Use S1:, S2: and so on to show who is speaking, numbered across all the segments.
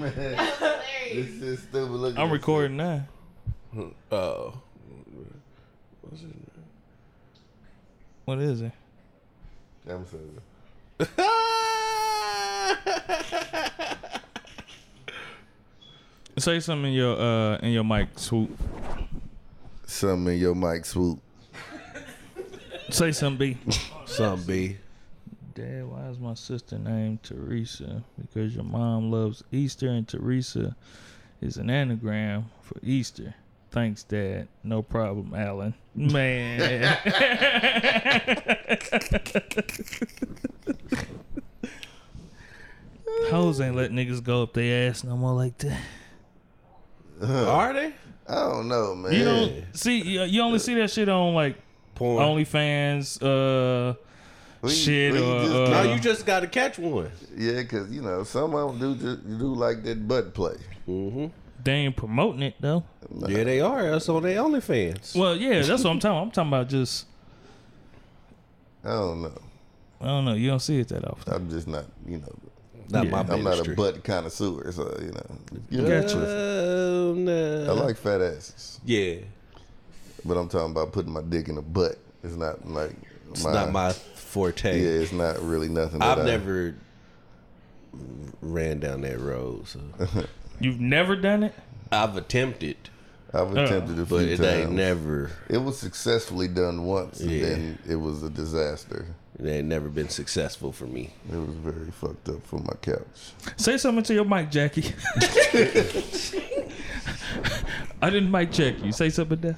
S1: Man,
S2: That was hilarious.
S1: this is stupid looking.
S3: I'm recording now.
S4: Oh. What's his
S3: What is it?
S1: I'm sorry.
S4: name?
S3: Say something in your uh in your mic swoop.
S1: Something in your mic swoop.
S3: Say something. Um, B.
S4: Some B.
S3: Dad, why is my sister named Teresa? Because your mom loves Easter and Teresa is an anagram for Easter. Thanks, Dad. No problem, Alan. Man. Hoes ain't let niggas go up their ass no more like that.
S4: Are they?
S1: I don't know, man.
S3: You don't see. You, you only see that shit on like
S4: Porn.
S3: OnlyFans. Uh,
S1: We-
S3: shit
S1: we
S3: or,
S1: just-
S3: uh,
S4: no, you just gotta catch one.
S1: yeah, cause you know some of them do just, do like that butt play.
S4: Mm-hmm.
S3: they ain't promoting it though.
S4: Yeah, they are. That's on their OnlyFans.
S3: Well, yeah, that's what I'm talking. I'm talking about just.
S1: I don't know.
S3: I don't know. You don't see it that often.
S1: I'm just not, you know,
S4: not
S3: yeah,
S4: my
S1: I'm not a
S4: ministry.
S1: butt connoisseur, so you know. You know
S3: Gotcha.
S4: Uh,
S1: I
S4: nah.
S1: like fat asses,
S4: Yeah,
S1: but I'm talking about putting my dick in a butt. It's not like
S4: it's not my forte.
S1: Yeah, it's not really nothing. that
S4: I've
S1: I-
S4: never ran down that road. So
S3: You've never done it.
S4: I've attempted,
S1: I've attempted a few
S4: but it ain't
S1: times.
S4: never.
S1: It was successfully done once, and
S4: Yeah.
S1: then it was a disaster.
S4: It ain't never been successful for me.
S1: It was very fucked up for my couch.
S3: Say something to your mic, Jackie. I didn't mic check you. Say something there.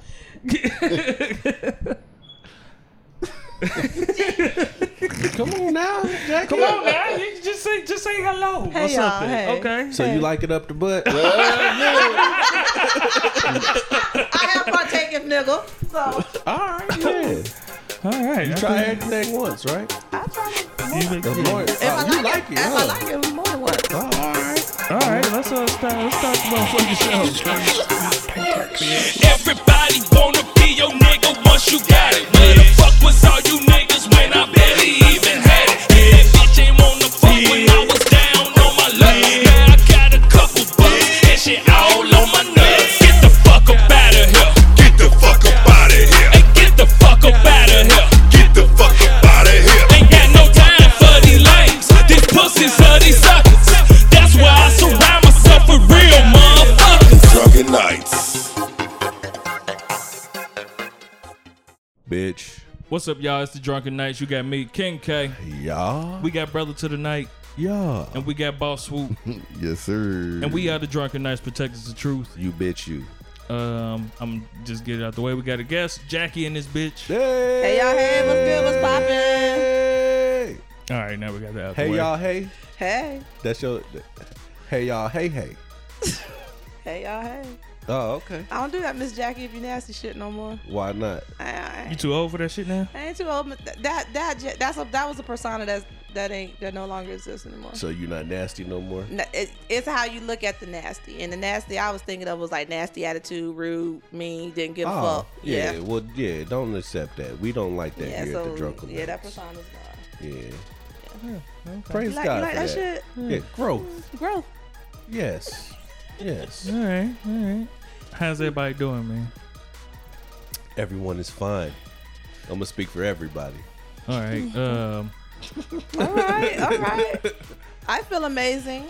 S4: Come on now, Jack.
S3: Come on now. You just say just say hello or
S5: Hey, y'all.
S3: something.
S5: Hey.
S3: Okay.
S4: So you like it up the butt?
S5: I have partaken, nigga. So
S4: All
S3: All
S4: right, yeah.
S3: right. I
S4: Try
S3: think-
S4: everything once, right?
S5: I try
S3: you make-
S4: The more,
S5: If
S4: oh,
S5: I
S4: you
S5: like,
S4: like it,
S5: it, if I
S4: huh?
S5: like it, more than one.
S4: Oh, all right.
S3: All right. Let's uh, start. Let's start the motherfucking show.
S6: Everybody wanna be your nigga once you got it. Where the fuck was all you niggas when I barely even had it? Yeah, bitch ain't wanna fuck when I was down on my luck. Now I got a couple bucks and shit all on my nuts. Get the fuck up out of here.
S7: Get the fuck up out of here.
S6: And get the fuck up out of here.
S7: Get the fuck up out of here.
S6: Ain't got no time for these lames. These pussies are these suckers. That's why I surround myself with real motherfuckers.
S7: Drunken nights.
S4: Bitch,
S3: What's up, y'all? It's the Drunken Knights. You got me, King K.
S4: y'all,
S3: We got Brother to the Night,
S4: y'all,
S3: and we got Boss Swoop,
S1: Yes, sir.
S3: and we are the Drunken Knights Protectors of Truth.
S4: you bitch, you.
S3: Um, I'm just get it out the way. We got a guest, Jackie, and this bitch.
S4: Hey,
S5: Hey, y'all, hey, what's good? What's
S3: All
S4: Hey,
S5: poppin'?
S3: right, now we got that out the
S4: hey
S3: way.
S4: y'all, hey.
S5: Hey,
S4: That's your. Hey y'all, hey hey.
S5: hey, y'all, hey.
S4: Oh okay.
S5: I don't do that, Miss Jackie, if you nasty shit no more.
S4: Why not?
S5: I, I,
S3: You too old for that shit now?
S5: I ain't too old. But th- that that j- that's a, that was a persona that's that ain't that no longer exists anymore.
S4: So you're not nasty no more.
S5: Na- it- it's how you look at the nasty, and the nasty I was thinking of was like nasty attitude, rude, mean, didn't give a
S4: Oh,
S5: fuck.
S4: yeah. Well, yeah. Don't accept that. We don't like that
S5: yeah.
S4: here
S5: so
S4: at the drunken.
S5: yeah, that
S4: Knights.
S5: persona's gone.
S4: Yeah. Praise
S5: You like, you
S4: God
S5: like
S4: for
S5: that,
S4: that.
S5: shit?
S4: Yeah, growth.
S5: Growth.
S4: Yes. Yes.
S3: All right, all right. How's everybody doing, man?
S4: Everyone is fine. I'm gonna speak for everybody.
S3: All right. Um,
S5: All right, all right. I feel amazing.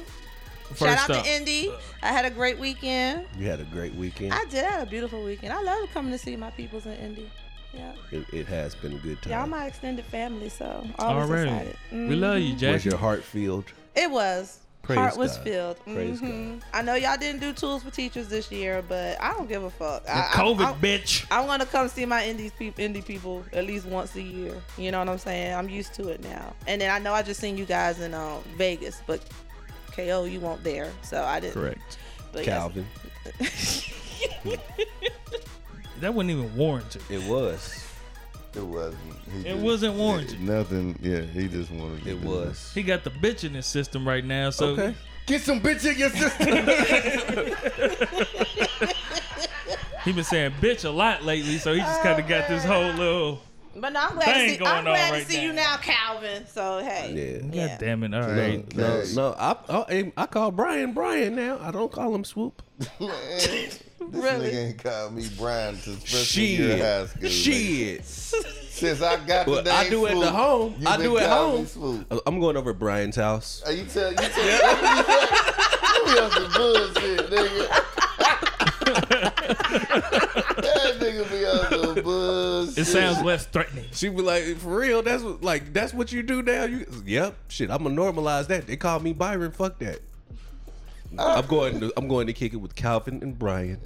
S5: Shout
S3: first
S5: out
S3: up, Uh.
S5: to Indy. I had a great weekend.
S4: You had a great weekend.
S5: I did have a beautiful weekend. I love coming to see my peoples in Indy. Yeah.
S4: it, it has been a good time.
S5: Y'all my extended family, so always
S3: already.
S5: excited. Mm-hmm.
S3: We love you,
S4: Was
S3: Jackie.
S4: your heart filled?
S5: It was.
S4: Praise
S5: Heart was
S4: God.
S5: filled.
S4: Praise
S5: Mhm. I know y'all didn't do tools for teachers this year, but I don't give a fuck. I, I-
S3: COVID,
S5: I,
S3: bitch.
S5: I want to come see my indies peop indie people at least once a year. You know what I'm saying? I'm used to it now. And then I know I just seen you guys in um, Vegas, but KO you weren't there, so I didn't.
S3: Correct.
S5: But yes.
S4: Calvin.
S3: That wasn't even warranted.
S4: It was.
S1: It wasn't. He
S3: It wasn't warranted.
S1: Nothing. Yeah, he just wanted. to
S4: It
S1: do
S4: was.
S3: He got the bitch in his system right now, so
S4: Okay.
S1: Get some bitch in your system.
S5: Uh,
S3: he been saying bitch a lot lately. So he just kind of got this whole little
S5: But no, I'm glad
S3: Thing
S5: to see,
S3: going
S5: I'm glad
S3: on
S5: to
S3: right
S5: see you
S3: now.
S5: now, Calvin. So hey,
S4: Yeah.
S3: God damn it! All
S1: No,
S3: right,
S4: No,
S1: hey,
S4: no, I, I I call Brian Brian now. I don't call him Swoop.
S1: man, this nigga ain't called me Brian since freshman year of high school.
S4: Shit, shit.
S1: nigga. Since I got the
S4: But
S1: name
S4: I do at
S1: Swoop,
S4: the home.
S1: you
S4: I
S1: been
S4: do at
S1: calling me
S4: home.
S1: Swoop.
S4: I'm going over to Brian's house.
S1: Hey, You tell you tell you on some bullshit, nigga. that nigga be on some bullshit.
S3: it sounds less threatening.
S4: She be like, for real? That's what like that's what you do now. You yep. Shit, I'm gonna normalize that. They call me Byron. Fuck that. I'm going. To, I'm going to kick it with Calvin and Brian.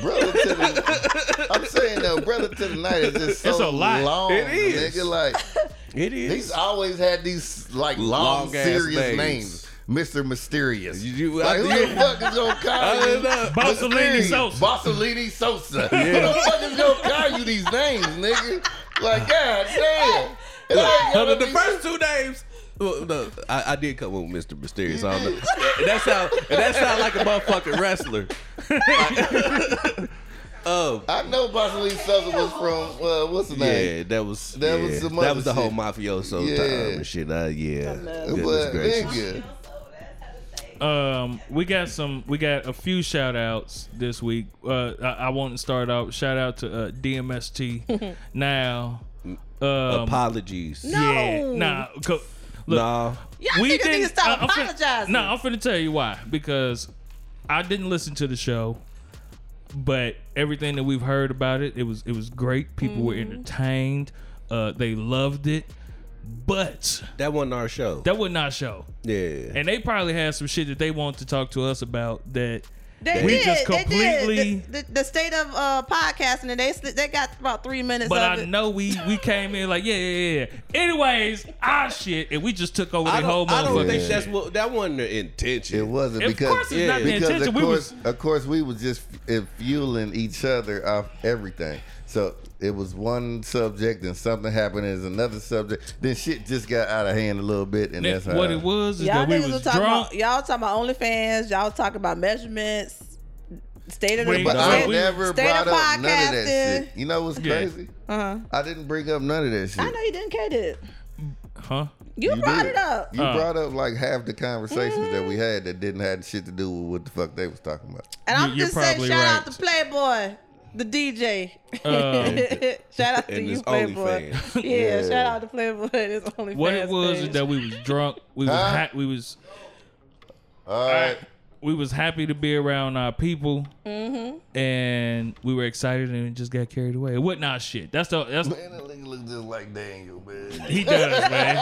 S1: brother to the. I'm saying though, brother to the night is just so
S3: It's a lot.
S1: long.
S4: It is.
S1: Nigga, like
S4: It is.
S1: he's always had these like long,
S4: Long-ass
S1: serious
S4: names.
S1: names. Mr. Mysterious.
S4: You- you-
S1: like,
S4: I-
S1: who the
S4: yeah.
S1: fuck is gonna
S4: I
S1: call
S4: don't
S1: you?
S4: know.
S3: Mussolini
S1: Mysterious?
S3: Sosa.
S1: Bossellini Sosa. Who the fuck is gonna call you these names, nigga? Like, god damn. And I ain't
S4: No,
S1: gonna
S4: the, the
S1: be-
S4: first two names. Well, no, I, I did come up with Mr. Mysterious. I don't know. And that sound, and that sound like a motherfucking wrestler. Oh
S1: I know Bossellini Sosa was from uh, what's the name?
S4: yeah, that was
S1: That
S4: that
S1: was
S4: was
S1: some
S4: that
S1: other
S4: was the whole
S1: shit.
S4: mafioso
S1: Yeah.
S4: time and shit. Uh, yeah,
S5: love
S1: But
S4: goodness gracious.
S1: nigga,
S3: Um, we got some. We got a few shout outs this week. Uh, I, I want to start out. Shout out to uh, DMST. now, um,
S4: Apologies.
S5: No.
S3: yeah, nah. Co- look,
S4: Nah.
S5: y'all niggas need to stop apologizing.
S3: No, uh, I'm finna tell you why. Because I didn't listen to the show, but everything that we've heard about it, it was it was great. People were
S5: Mm-hmm.
S3: entertained. Uh, they loved it, but
S4: that wasn't our show.
S3: that was not show.
S4: yeah,
S3: And they probably had some shit that they want to talk to us about that
S5: they
S3: we
S5: did.
S3: just
S5: They
S3: completely-
S5: did. The, the, the state of uh, podcasting, and they they got about three minutes
S3: But
S5: of
S3: I
S5: it.
S3: know we we came in like yeah yeah yeah. Anyways, our shit and we just took over
S4: I
S3: the whole
S4: don't, I don't
S3: motherfucking
S4: think
S3: shit.
S4: that's what that wasn't the intention.
S1: it wasn't
S3: Of
S1: because
S3: course it's
S4: yeah,
S3: not the
S1: because
S3: intention.
S1: of
S3: We
S1: course,
S3: was
S1: of course, we was just f- fueling each other off everything. So it was one subject, and something happened as another subject. Then shit just got out of hand a little bit, and that's how
S3: what it was is
S5: Y'all
S3: that we
S5: niggas
S3: was
S5: talking
S3: drunk.
S5: about y'all talking about OnlyFans. Y'all talking about measurements. State of the
S3: Wait,
S1: But
S3: No,
S1: I
S3: we-
S1: never
S5: state of
S1: brought up none of that
S5: podcasting.
S1: shit. You know what's
S3: Yeah.
S1: crazy?
S5: Uh-huh.
S1: I didn't bring up none of that shit.
S5: I know you didn't care did.
S3: huh?
S5: You,
S1: You
S5: brought
S1: did.
S5: it up. Mm-hmm.
S1: You
S3: Uh.
S1: brought up like half the conversations that we had that didn't have shit to do with what the fuck they was talking about.
S5: And
S3: You-
S5: I'm
S3: you're
S5: just saying
S3: probably
S5: shout out
S3: right. Uh,
S5: to Playboy, the DJ.
S3: Um,
S5: shout out to
S4: and
S5: you,
S4: his
S5: Playboy.
S4: OnlyFans.
S5: Yeah, shout out to Playboy and his OnlyFans.
S3: What it was
S5: page.
S3: is that we was drunk. We was
S1: Huh?
S3: ha- we was
S1: All right.
S3: we was happy to be around our people,
S5: Mm-hmm.
S3: and we were excited and it just got carried away. It wasn't our shit. That's the that's
S1: Man, that nigga look just like Daniel, man.
S3: he does man.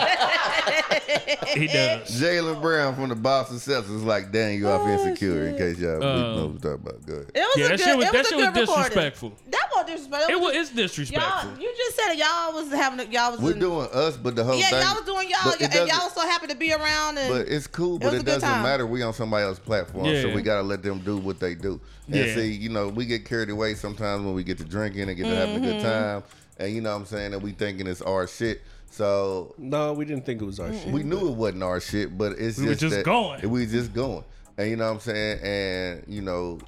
S3: he does.
S1: Jalen Brown from the Boston Celtics is like Daniel off
S5: Oh,
S1: Insecure, in case y'all
S3: Um,
S1: know what I'm talking about. Go ahead.
S5: It was
S3: Yeah,
S5: a
S3: that
S5: good,
S3: shit was-
S5: it
S3: that
S5: was a
S3: shit was
S5: good recording.
S3: disrespectful.
S5: That was disrespectful.
S3: It was
S5: just-
S3: it's disrespectful.
S5: y'all. You just said it. Y'all was having. A, y'all was.
S1: We're
S5: in-
S1: doing us, but the whole
S5: Yeah,
S1: thing.
S5: y'all was doing y'all,
S1: but it
S5: and y'all was
S1: doesn't-
S5: so happy to be around. And
S1: But it's cool, but
S5: was
S1: it
S5: a good
S1: doesn't
S5: time.
S1: matter. We on somebody else's platform, so
S3: Yeah.
S1: we gotta let them do what they do. And
S3: Yeah.
S1: see, you know, we get carried away sometimes when we get to drinking and get to having
S5: Mm-hmm.
S1: a good time, and you know what I'm saying, and we thinking it's our shit. So
S4: no, we didn't think it was our shit.
S1: we knew it wasn't our shit, but it's
S3: Mm-hmm. We were
S1: just
S3: just
S1: that
S3: going.
S1: We just going, and you know what I'm saying, and you know,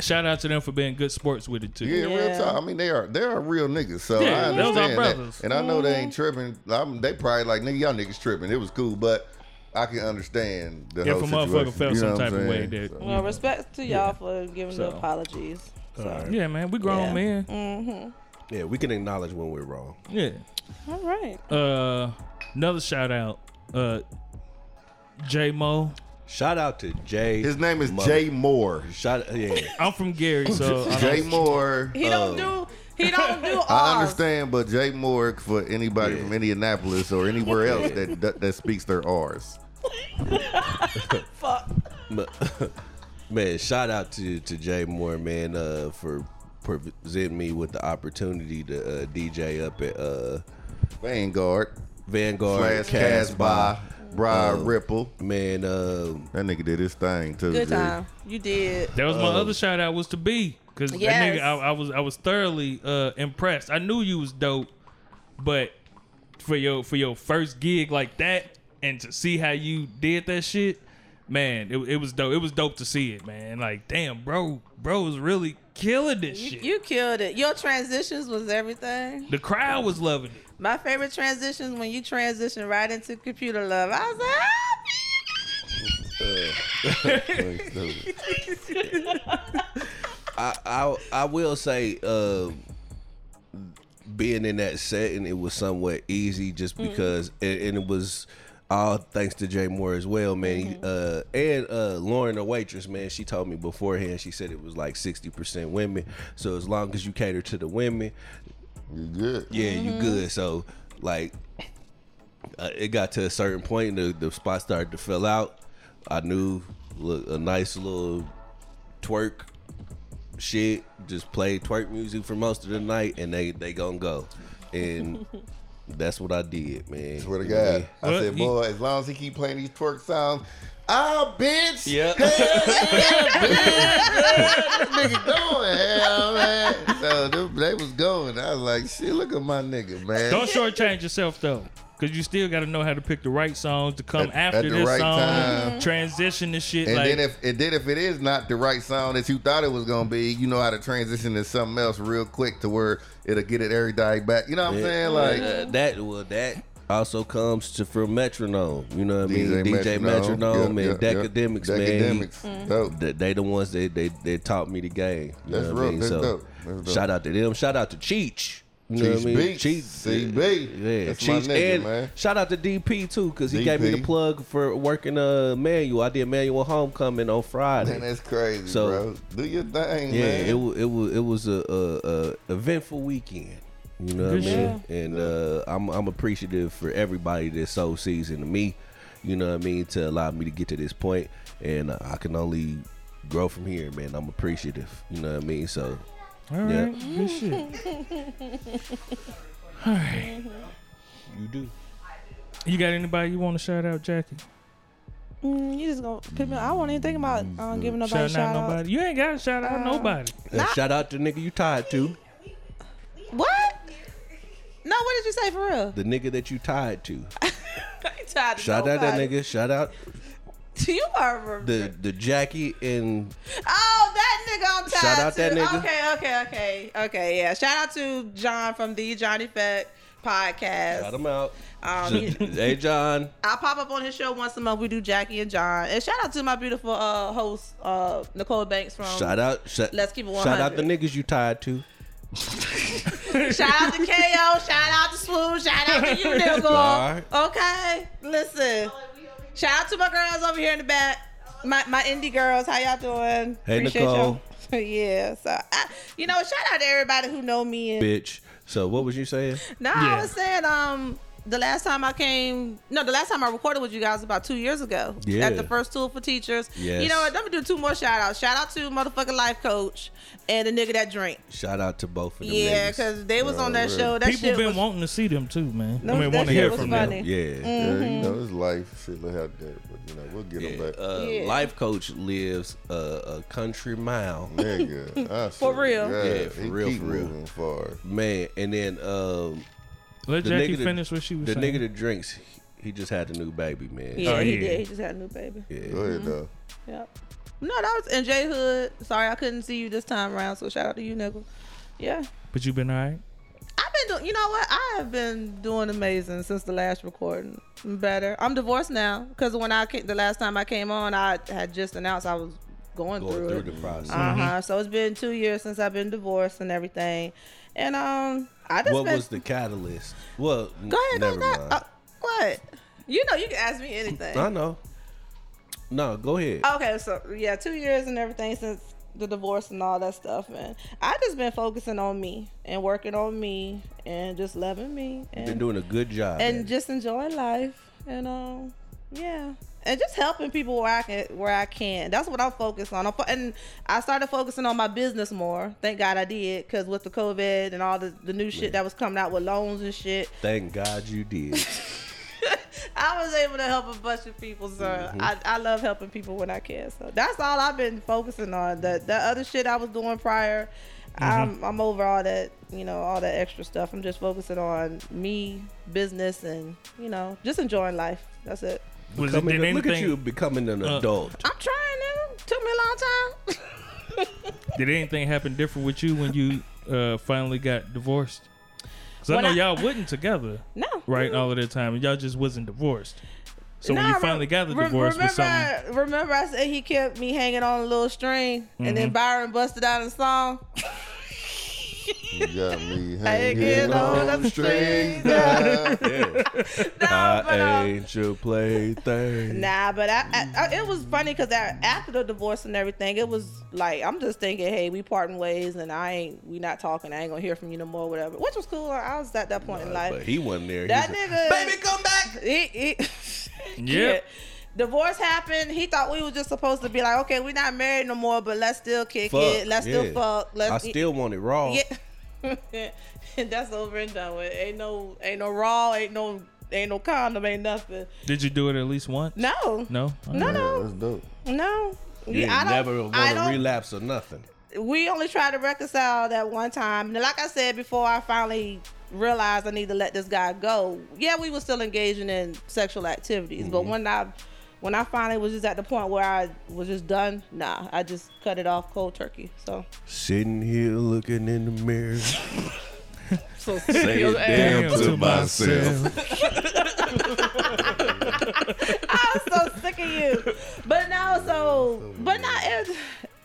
S3: Shout out to them for being good sports with it too.
S1: Yeah, real
S5: Yeah.
S1: talk. I mean, they are they are real niggas. So I
S3: Yeah, those our
S1: understand
S3: brothers.
S1: that, and I know they ain't
S5: Mm-hmm.
S1: tripping. I'm, they probably like nigga, y'all niggas tripping. It was cool, but I can understand the
S3: If
S1: whole
S3: a
S1: situation.
S3: motherfucker felt
S1: You know
S3: some
S1: what I'm
S3: type of way
S1: saying?
S3: that
S1: So-
S3: you
S5: well,
S3: know.
S5: respect to y'all for giving
S3: So.
S5: the apologies.
S3: Yeah, man, we grown
S5: Yeah. Mm.
S3: men.
S4: Yeah, we can acknowledge when we're wrong.
S3: Yeah.
S5: All right.
S3: Uh, another shout out, uh, J Mo.
S4: Shout out to Jay.
S1: his name is
S4: Mo.
S1: Jay Moore.
S4: Shout yeah.
S3: I'm from Gary, so I
S1: Jay
S3: don't,
S1: Moore.
S5: He don't do. He don't do.
S1: I
S5: ours.
S1: understand, but Jay Moore for anybody
S4: Yeah.
S1: from Indianapolis or anywhere else that, that that speaks their R's.
S5: Fuck.
S4: man, shout out to to Jay Moore, man, uh, for presenting me with the opportunity to uh, DJ up at uh,
S1: Vanguard
S4: Vanguard
S1: slash Cast by
S5: Oh.
S1: Brian Ripple.
S4: Man, uh,
S1: That nigga did his thing too.
S5: Good
S1: Jay.
S5: time. You did.
S3: that was my
S1: Uh.
S3: other shout out was to B because that
S5: Yes.
S3: nigga, I, I was I was thoroughly uh impressed. I knew you was dope, but for your for your first gig like that and to see how you did that shit, man, it, it was dope. It was dope to see it, man. Like, damn, bro, bro is really killing this shit.
S5: You killed it. Your transitions was everything.
S3: the crowd was loving it.
S5: My favorite transitions when you transition right into computer love. I was like, "Ah,
S4: I, I I will say, uh, being in that setting, it was somewhat easy just because, and, and it was all thanks to Jay Moore as well, man. Uh, and uh, Lauren, the waitress, man, she told me beforehand. She said it was like sixty percent women. So as long as you cater to the women,
S1: You good?
S4: yeah, you good. So like, uh, it got to a certain point, the the spot started to fill out. I knew look, a nice little twerk shit. Just play twerk music for most of the night, and they they gonna go. And that's what I did, man.
S1: Swear to God. I
S3: Well,
S1: said,
S3: he-
S1: boy, as long as he keep playing these twerk sounds, oh, bitch.
S4: Yep.
S1: Hell yeah, bitch. What this nigga doing? Hell, man. So them- they was going. I was like, shit, look at my nigga, man.
S3: Don't shortchange yourself though, because you still got to know how to pick the right songs to come
S1: At-
S3: after
S1: at the
S3: this
S1: right
S3: song,
S1: time.
S3: transition the shit.
S1: and
S3: like,
S1: then if and then if it is not the right sound that you thought it was gonna be, you know how to transition to something else real quick to where it'll get it everything back. You know what I'm saying? Like
S4: Uh, that well that also comes to from metronome. You know what I mean? DJ Metronome, and
S1: yeah, yeah.
S4: Decademics, man. Mm-hmm.
S1: Decademics. Dope.
S4: He- They, they the ones that they, they taught me the game. You
S1: That's
S4: know what
S1: real.
S4: I mean?
S1: That's
S4: so
S1: dope. That's dope.
S4: shout out to them. Shout out to Cheech. You know
S1: Cheech
S4: what I mean?
S1: Beats.
S4: Cheech,
S1: CB.
S4: yeah,
S1: That's my
S4: Cheech,
S1: nigga,
S4: and
S1: man.
S4: shout out to DP too, cause he gave me the
S1: DP.
S4: plug for working uh manual. I did manual homecoming on Friday.
S1: Man, that's crazy,
S4: So-
S1: bro. Do your thing,
S4: Yeah,
S1: man.
S4: it was it was it was a, a, a eventful weekend. You know what
S3: Good
S4: I mean? And uh, I'm I'm appreciative for everybody that so season to me. You know what I mean to allow me to get to this point, and uh, I can only grow from here, man. I'm appreciative. You know what I mean? So
S3: all
S4: yeah.
S3: right, good shit. all right,
S4: you do.
S3: you got anybody you want to shout out, Jackie?
S5: mm, you just gonna pick me. up." I wasn't even thinking about uh, giving nobody
S3: Shout
S5: shout,
S3: out
S5: out. Uh,
S3: nobody. You ain't got to shout out nobody.
S4: shout out to nigga you tied to,
S5: What? No, what did you say for real?
S4: the nigga that you tied to.
S5: I ain't tired of
S4: Shout out that
S5: nobody.
S4: nigga. Shout out
S5: You are
S4: the the Jackie and
S5: Oh, that nigga on top.
S4: Shout out that nigga.
S5: Okay, okay, okay, okay. Yeah, shout out to John from the Johnny Fat podcast.
S4: shout him out.
S5: Um, he-
S4: hey John,
S5: I pop up on his show once a month. We do Jackie and John, and shout out to my beautiful uh, host uh, Nicole Banks from.
S4: shout out. Shout,
S5: Let's keep it
S4: Shout out the
S5: 100.
S4: niggas you tied to.
S5: Shout out to Ko. Shout out to Swoop. Shout out to you, nigga.
S4: Alright.
S5: Okay, listen. Shout out to my girls over here in the back. My my indie girls, how y'all doing?
S4: Hey,
S5: y'all. yeah, so I, you know, shout out to everybody who know me and
S4: bitch. So what was you saying?
S5: No,
S3: Yeah.
S5: I was saying um the last time I came, no, the last time I recorded with you guys was about two years ago.
S4: Yeah.
S5: At the first tool for teachers.
S4: Yes.
S5: You know what? Let me do two more shout outs. Shout out to motherfucking life coach and the nigga that drink.
S4: Shout out to both of them.
S5: yeah,
S4: niggas.
S5: because they was on that
S1: Oh,
S5: show. That
S3: People
S5: shit
S3: been
S5: was,
S3: wanting to see them too, man.
S5: No,
S3: I mean,
S5: that
S3: want to
S5: shit
S3: hear
S5: was
S3: from
S5: funny.
S3: them.
S5: Mm.
S4: yeah.
S1: Yeah, you know, it's life. Shit, look how that. But you know, we'll get him back.
S4: Uh,
S5: Yeah.
S4: Life coach lives a, a country mile,
S1: Nigga, I swear
S5: For
S1: to
S5: real.
S1: God,
S4: Yeah, for
S1: he
S4: real,
S1: keep
S4: for real.
S1: moving far.
S4: man. And then um,
S3: Let
S4: The
S3: Jackie
S4: nigga that-
S3: finish what she was
S4: the
S3: saying.
S4: nigga that drinks, he just had a new baby, man.
S5: Yeah,
S3: Oh,
S5: he
S3: yeah.
S5: did. He just had a new baby.
S1: Go
S4: Yeah.
S1: ahead though.
S5: Yep. No, that was NJ Hood. Sorry, I couldn't see you this time around. So shout out to you, nigga. Yeah.
S3: but you been all right?
S5: I've been doing, you know what? I have been doing amazing since the last recording. I'm better. I'm divorced now because when I came, the last time I came on, I had just announced I was going,
S4: Going
S5: through,
S4: through
S5: it.
S4: the process.
S5: uh huh. So it's been two years since I've been divorced and everything, and um, I just
S4: What
S5: been-
S4: was the catalyst? Well,
S5: go ahead,
S4: never
S5: go ahead.
S4: mind.
S5: Uh, what? You know, you can ask me anything.
S4: I know. No, go ahead.
S5: Okay, so yeah, two years and everything since the divorce and all that stuff, and I just been focusing on me and working on me and just loving me and
S4: Been doing a good job.
S5: and
S4: at it.
S5: just enjoying life and um yeah and just helping people where i can where i can that's what i'm focused on I'm fo- and i started focusing on my business more thank god i did because with the covid and all the, the new shit that was coming out with loans and shit
S4: thank God you did.
S5: i was able to help a bunch of people so
S3: Mm-hmm.
S5: I, I love helping people when i can so that's all i've been focusing on the, the other shit i was doing prior
S3: Mm-hmm.
S5: I'm, I'm over all that you know all that extra stuff i'm just focusing on me business and you know just enjoying life that's it
S3: Was it,
S4: Becoming
S3: did
S4: a- look at
S3: anything?
S4: you becoming an
S3: Uh,
S4: adult.
S5: I'm trying, nigga. Took me a long time.
S3: Did anything happen different with you when you uh, finally got divorced? Because I
S5: When
S3: know
S5: I-
S3: y'all wasn't together,
S5: No.
S3: right? All of that time, and y'all just wasn't divorced. So when
S5: Nah,
S3: you
S5: re-
S3: finally got the
S5: re-
S3: divorce, was
S5: remember,
S3: something
S5: I, remember I said he kept me hanging on a little string, and
S3: Mm-hmm.
S5: then Byron busted out a song.
S3: Uh,
S1: You got me
S5: get
S1: hanging
S5: on
S1: on
S5: them
S1: them strings.
S5: strings.
S1: now.
S4: Yeah.
S5: No, but,
S4: I
S5: um,
S4: ain't your plaything.
S5: Nah, but I, I, I it was funny because after the divorce and everything, it was like I'm just thinking, hey, we parting ways, and I ain't, we not talking. I ain't gonna hear from you no more, whatever. Which was cool. I was at that point in
S4: But
S5: life.
S4: he wasn't there. He
S5: That
S4: said,
S5: nigga,
S4: Baby, come back.
S5: he, he,
S3: Yep.
S5: Divorce happened. He thought we were just supposed to be like, okay, we're not married no more, but let's still kick
S4: Fuck,
S5: it. Let's
S4: yeah.
S5: still fuck. Let's
S4: I still want it raw.
S5: yeah. That's over and done with. Ain't no, ain't no raw. Ain't no, ain't no condom. Ain't nothing.
S3: did you do it at least once?
S5: No.
S3: no,
S5: No, no.
S1: That's dope.
S5: No.
S4: You
S5: I
S4: ain't
S5: don't-
S4: never want
S5: I
S4: to
S5: don't-
S4: relapse or nothing.
S5: We only tried to reconcile that one time. And like I said before, I finally realized I need to let this guy go. Yeah, we were still engaging in sexual activities, but
S4: Mm-hmm.
S5: when I when I finally was just at the point where I was just done, nah, I just cut it off cold turkey. So,
S4: Sitting here looking in the mirror.
S5: so
S4: Saying damn to myself.
S5: I'm so sick of you. But no, so but not it.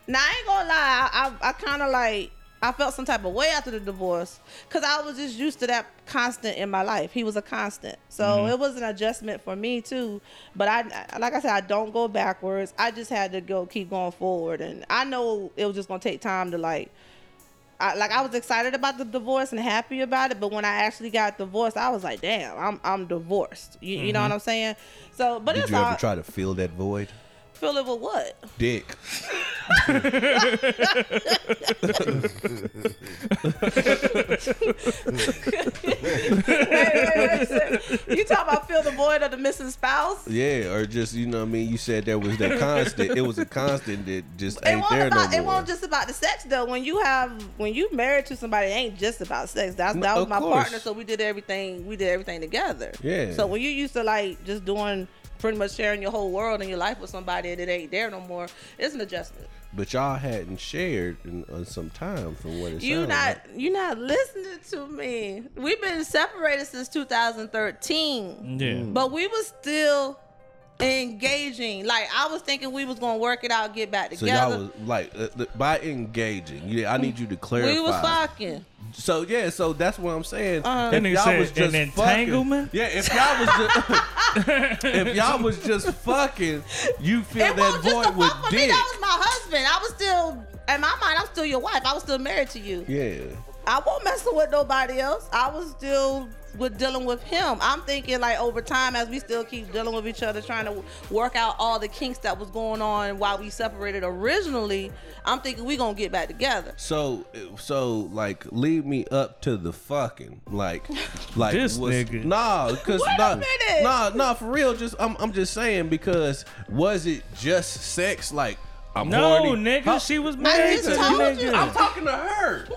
S5: Now I ain't gonna lie. I I kind of like I felt some type of way after the divorce because I was just used to that constant in my life. He was a constant, so
S4: Mm-hmm.
S5: it was an adjustment for me too. But I I- like I said, I don't go backwards. I just had to go keep going forward, and I know it was just gonna take time to like. I, like I was excited about the divorce and happy about it, but when I actually got divorced, I was like, "Damn, I'm I'm divorced." You, you know what I'm saying? So,
S4: Mm-hmm.
S5: but
S4: Did
S5: it's
S4: you
S5: all
S4: ever try to fill that void?
S5: fill it with what?
S4: Dick.
S5: Wait, wait, wait, wait. You talking about fill the void of the missing spouse?
S4: Yeah, or just you know what I mean. You said there was that constant. it was a constant that just
S5: It
S4: ain't
S5: won't
S4: there
S5: about
S4: no
S5: it
S4: more.
S5: won't just about the sex though. When you have when you married to somebody, it ain't just about sex. That's that was
S4: of
S5: my
S4: course.
S5: partner, so we did everything we did everything together.
S4: Yeah.
S5: So when you used to like just doing pretty much sharing your whole world and your life with somebody and it ain't there no more, it's an adjustment.
S4: but y'all hadn't shared in, in some time from what it
S5: You
S4: sounded
S5: not
S4: like.
S5: you not listening to me. We've been separated since 2013.
S3: Yeah,
S4: Mm.
S5: But we was still engaging. Like I was thinking we was gonna work it out, get back
S4: So
S5: together.
S4: y'all was like uh, th- by engaging. Yeah, I need you to clarify.
S5: we was fucking.
S4: So yeah, so that's what I'm saying.
S5: Uh-huh.
S4: If
S3: That nigga
S4: y'all
S3: said
S4: was
S3: an
S4: just
S3: entanglement?
S4: Fucking, yeah, if y'all was just if y'all was just fucking, you fill
S5: It
S4: that
S5: was just a
S4: void with
S5: fuck with me.
S4: dick.
S5: That was my husband. I was still in my mind. I'm still your wife. I was still married to you.
S4: yeah.
S5: I won't messing with nobody else. I was still with dealing with him. I'm thinking like over time, as we still keep dealing with each other, trying to work out all the kinks that was going on while we separated originally. I'm thinking we gonna get back together.
S4: So, so like, lead me up to the fucking like, like
S3: This
S4: was-
S3: nigga.
S4: Nah, cause
S5: Wait a
S4: nah,
S5: minute.
S4: nah, nah, for real. Just I'm, I'm just saying because was it just sex? Like, I'm
S3: no,
S4: horny.
S3: nigga,
S4: How-
S3: she was
S5: I
S3: married
S5: just
S3: to the
S5: told you.
S3: nigga.
S4: I'm talking to her.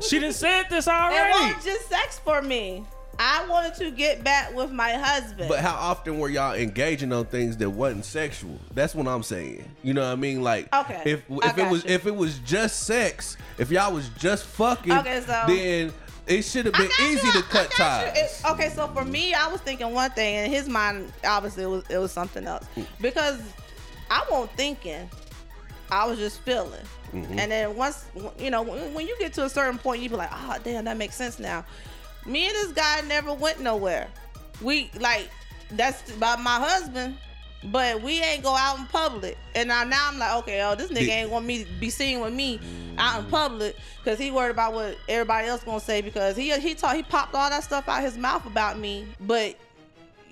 S3: She didn't said this
S5: It
S3: already.
S5: wasn't just sex for me. I wanted to get back with my husband.
S4: But how often were y'all engaging on things that wasn't sexual? That's what I'm saying. You know what I mean? Like,
S5: Okay,
S4: if
S5: I
S4: if it
S5: got
S4: was
S5: you.
S4: if it was just sex, if y'all was just fucking,
S5: Okay, so-
S4: then it should have
S5: I
S4: been
S5: got
S4: easy
S5: you,
S4: to
S5: I- I
S4: cut
S5: got you.
S4: ties.
S5: It- oh. okay, so for me, I was thinking one thing, and his mind obviously it was it was something else because I wasn't thinking. I was just feeling. And then once you know, when when you get to a certain point, you be like, "Oh, damn, that makes sense now." Me and this guy never went nowhere. We like that's about my husband, but we ain't go out in public. And I, now I'm like, okay, oh, this nigga
S4: Did-
S5: ain't want me to be seen with me out in public because he worried about what everybody else gonna say because he he taught he popped all that stuff out his mouth about me, but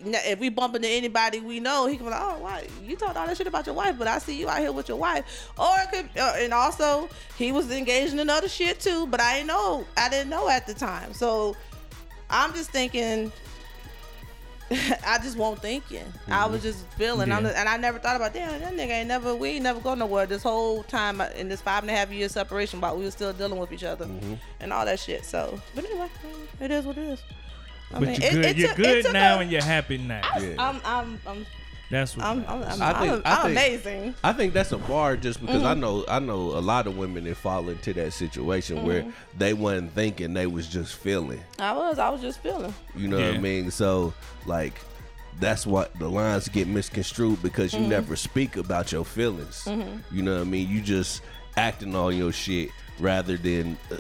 S5: now, if we bump into anybody we know, he can be like, "Oh, why you talked all that shit about your wife?" But I see you out here with your wife. Or it could, uh, and also he was engaged in other shit too. But I didn't know. I didn't know at the time. So I'm just thinking. I just won't thinking. I was just feeling. I'm
S3: Mm-hmm. Yeah.
S5: just- and I never thought about damn that nigga ain't never. We ain't never go nowhere this whole time uh, in this five and a half year separation. But we were still dealing with each other
S3: Mm-hmm.
S5: and all that shit. So, but anyway, it is what it is. I
S3: But
S5: mean,
S3: you're
S5: it-
S3: good.
S5: it
S3: you're
S5: took- it
S3: good
S5: took
S3: now,
S5: a-
S3: and you're happy now.
S5: I'm, I'm, I'm,
S3: That's what.
S5: I'm, I'm, I'm,
S4: I think-
S5: I'm,
S4: I
S5: I'm
S4: think-
S5: amazing.
S4: I think that's a bar just because
S5: Mm-hmm.
S4: I know I know a lot of women that fall into that situation where
S5: Mm-hmm.
S4: they wasn't thinking they was just feeling.
S5: I was. I was just feeling.
S4: You know what
S3: Yeah.
S4: I mean? So like that's what the lines get misconstrued because you never speak about your feelings. You know what I mean? You just acting on your shit rather than uh,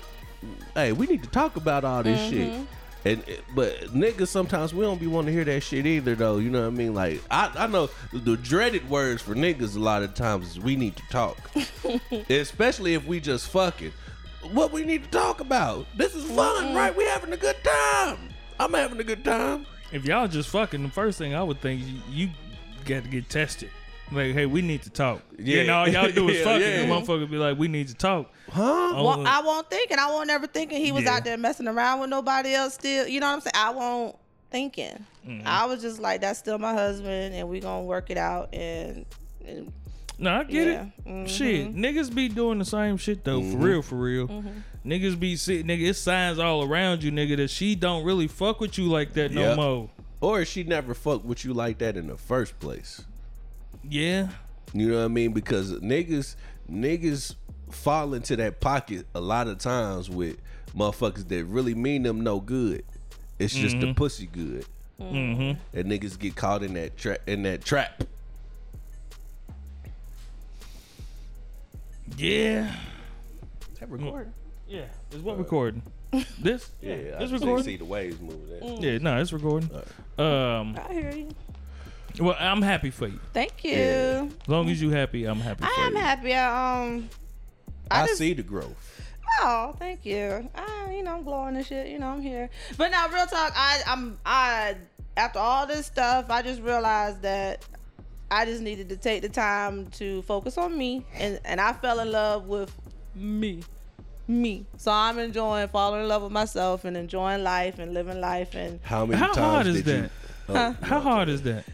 S4: hey, we need to talk about all this shit. And uh, but niggas sometimes we don't be want to hear that shit either though. You know what I mean? Like I, I know the dreaded words for niggas a lot of times is we need to talk. Especially if we just fucking. What we need to talk about. This is fun, right? We having a good time. I'm having a good time.
S3: if y'all just fucking, the first thing I would think you, you got to get tested. Like, hey, we need to talk. Yeah.
S4: Yeah.
S3: And all y'all do is
S4: Yeah,
S3: fucking.
S4: yeah.
S3: The motherfucker be like, we need to talk.
S4: Huh?
S3: Oh,
S5: Well, I won't thinking. I won't ever thinking he was
S3: Yeah.
S5: out there messing around with nobody else. Still, you know what I'm saying? I won't thinking.
S4: Mm-hmm.
S5: I was just like, that's still my husband, and we gonna work it out. And, and
S3: No, I get
S5: Yeah. Mm-hmm.
S3: it. Shit, niggas be doing the same shit though,
S4: Mm-hmm.
S3: for real, for real.
S5: Mm-hmm.
S3: Niggas be sitting, nigga. It's signs all around you, nigga, that she don't really fuck with you like that no
S4: Yep.
S3: more.
S4: Or she never fucked with you like that in the first place.
S3: Yeah,
S4: You know what I mean? Because niggas, niggas fall into that pocket a lot of times with motherfuckers that really mean them no good. It's just the pussy good. Mm-hmm. And niggas get caught in that trap. In that trap.
S3: yeah,
S4: That recording?
S3: yeah. It's what recording? This?
S4: Yeah, Mm. I
S3: it's
S4: just
S3: recording.
S4: see the waves moving. There.
S3: Yeah, no, it's recording. Um,
S5: I hear you.
S3: well, I'm happy for you.
S5: Thank you.
S4: Yeah.
S3: As long as you happy, I'm happy.
S5: I
S3: for
S5: am
S3: you.
S5: happy. I, um.
S4: I,
S5: just-
S4: see the growth.
S5: Oh, thank you. I, you know, I'm glowing and shit. You know, I'm here. But now, real talk. I, I'm, I, after all this stuff, I just realized that I just needed to take the time to focus on me, and and I fell in love with me, me. So I'm enjoying falling in love with myself and enjoying life and living life, and
S4: How many
S3: How
S4: times
S3: hard is
S4: did
S3: that?
S4: you?
S3: How hard is that?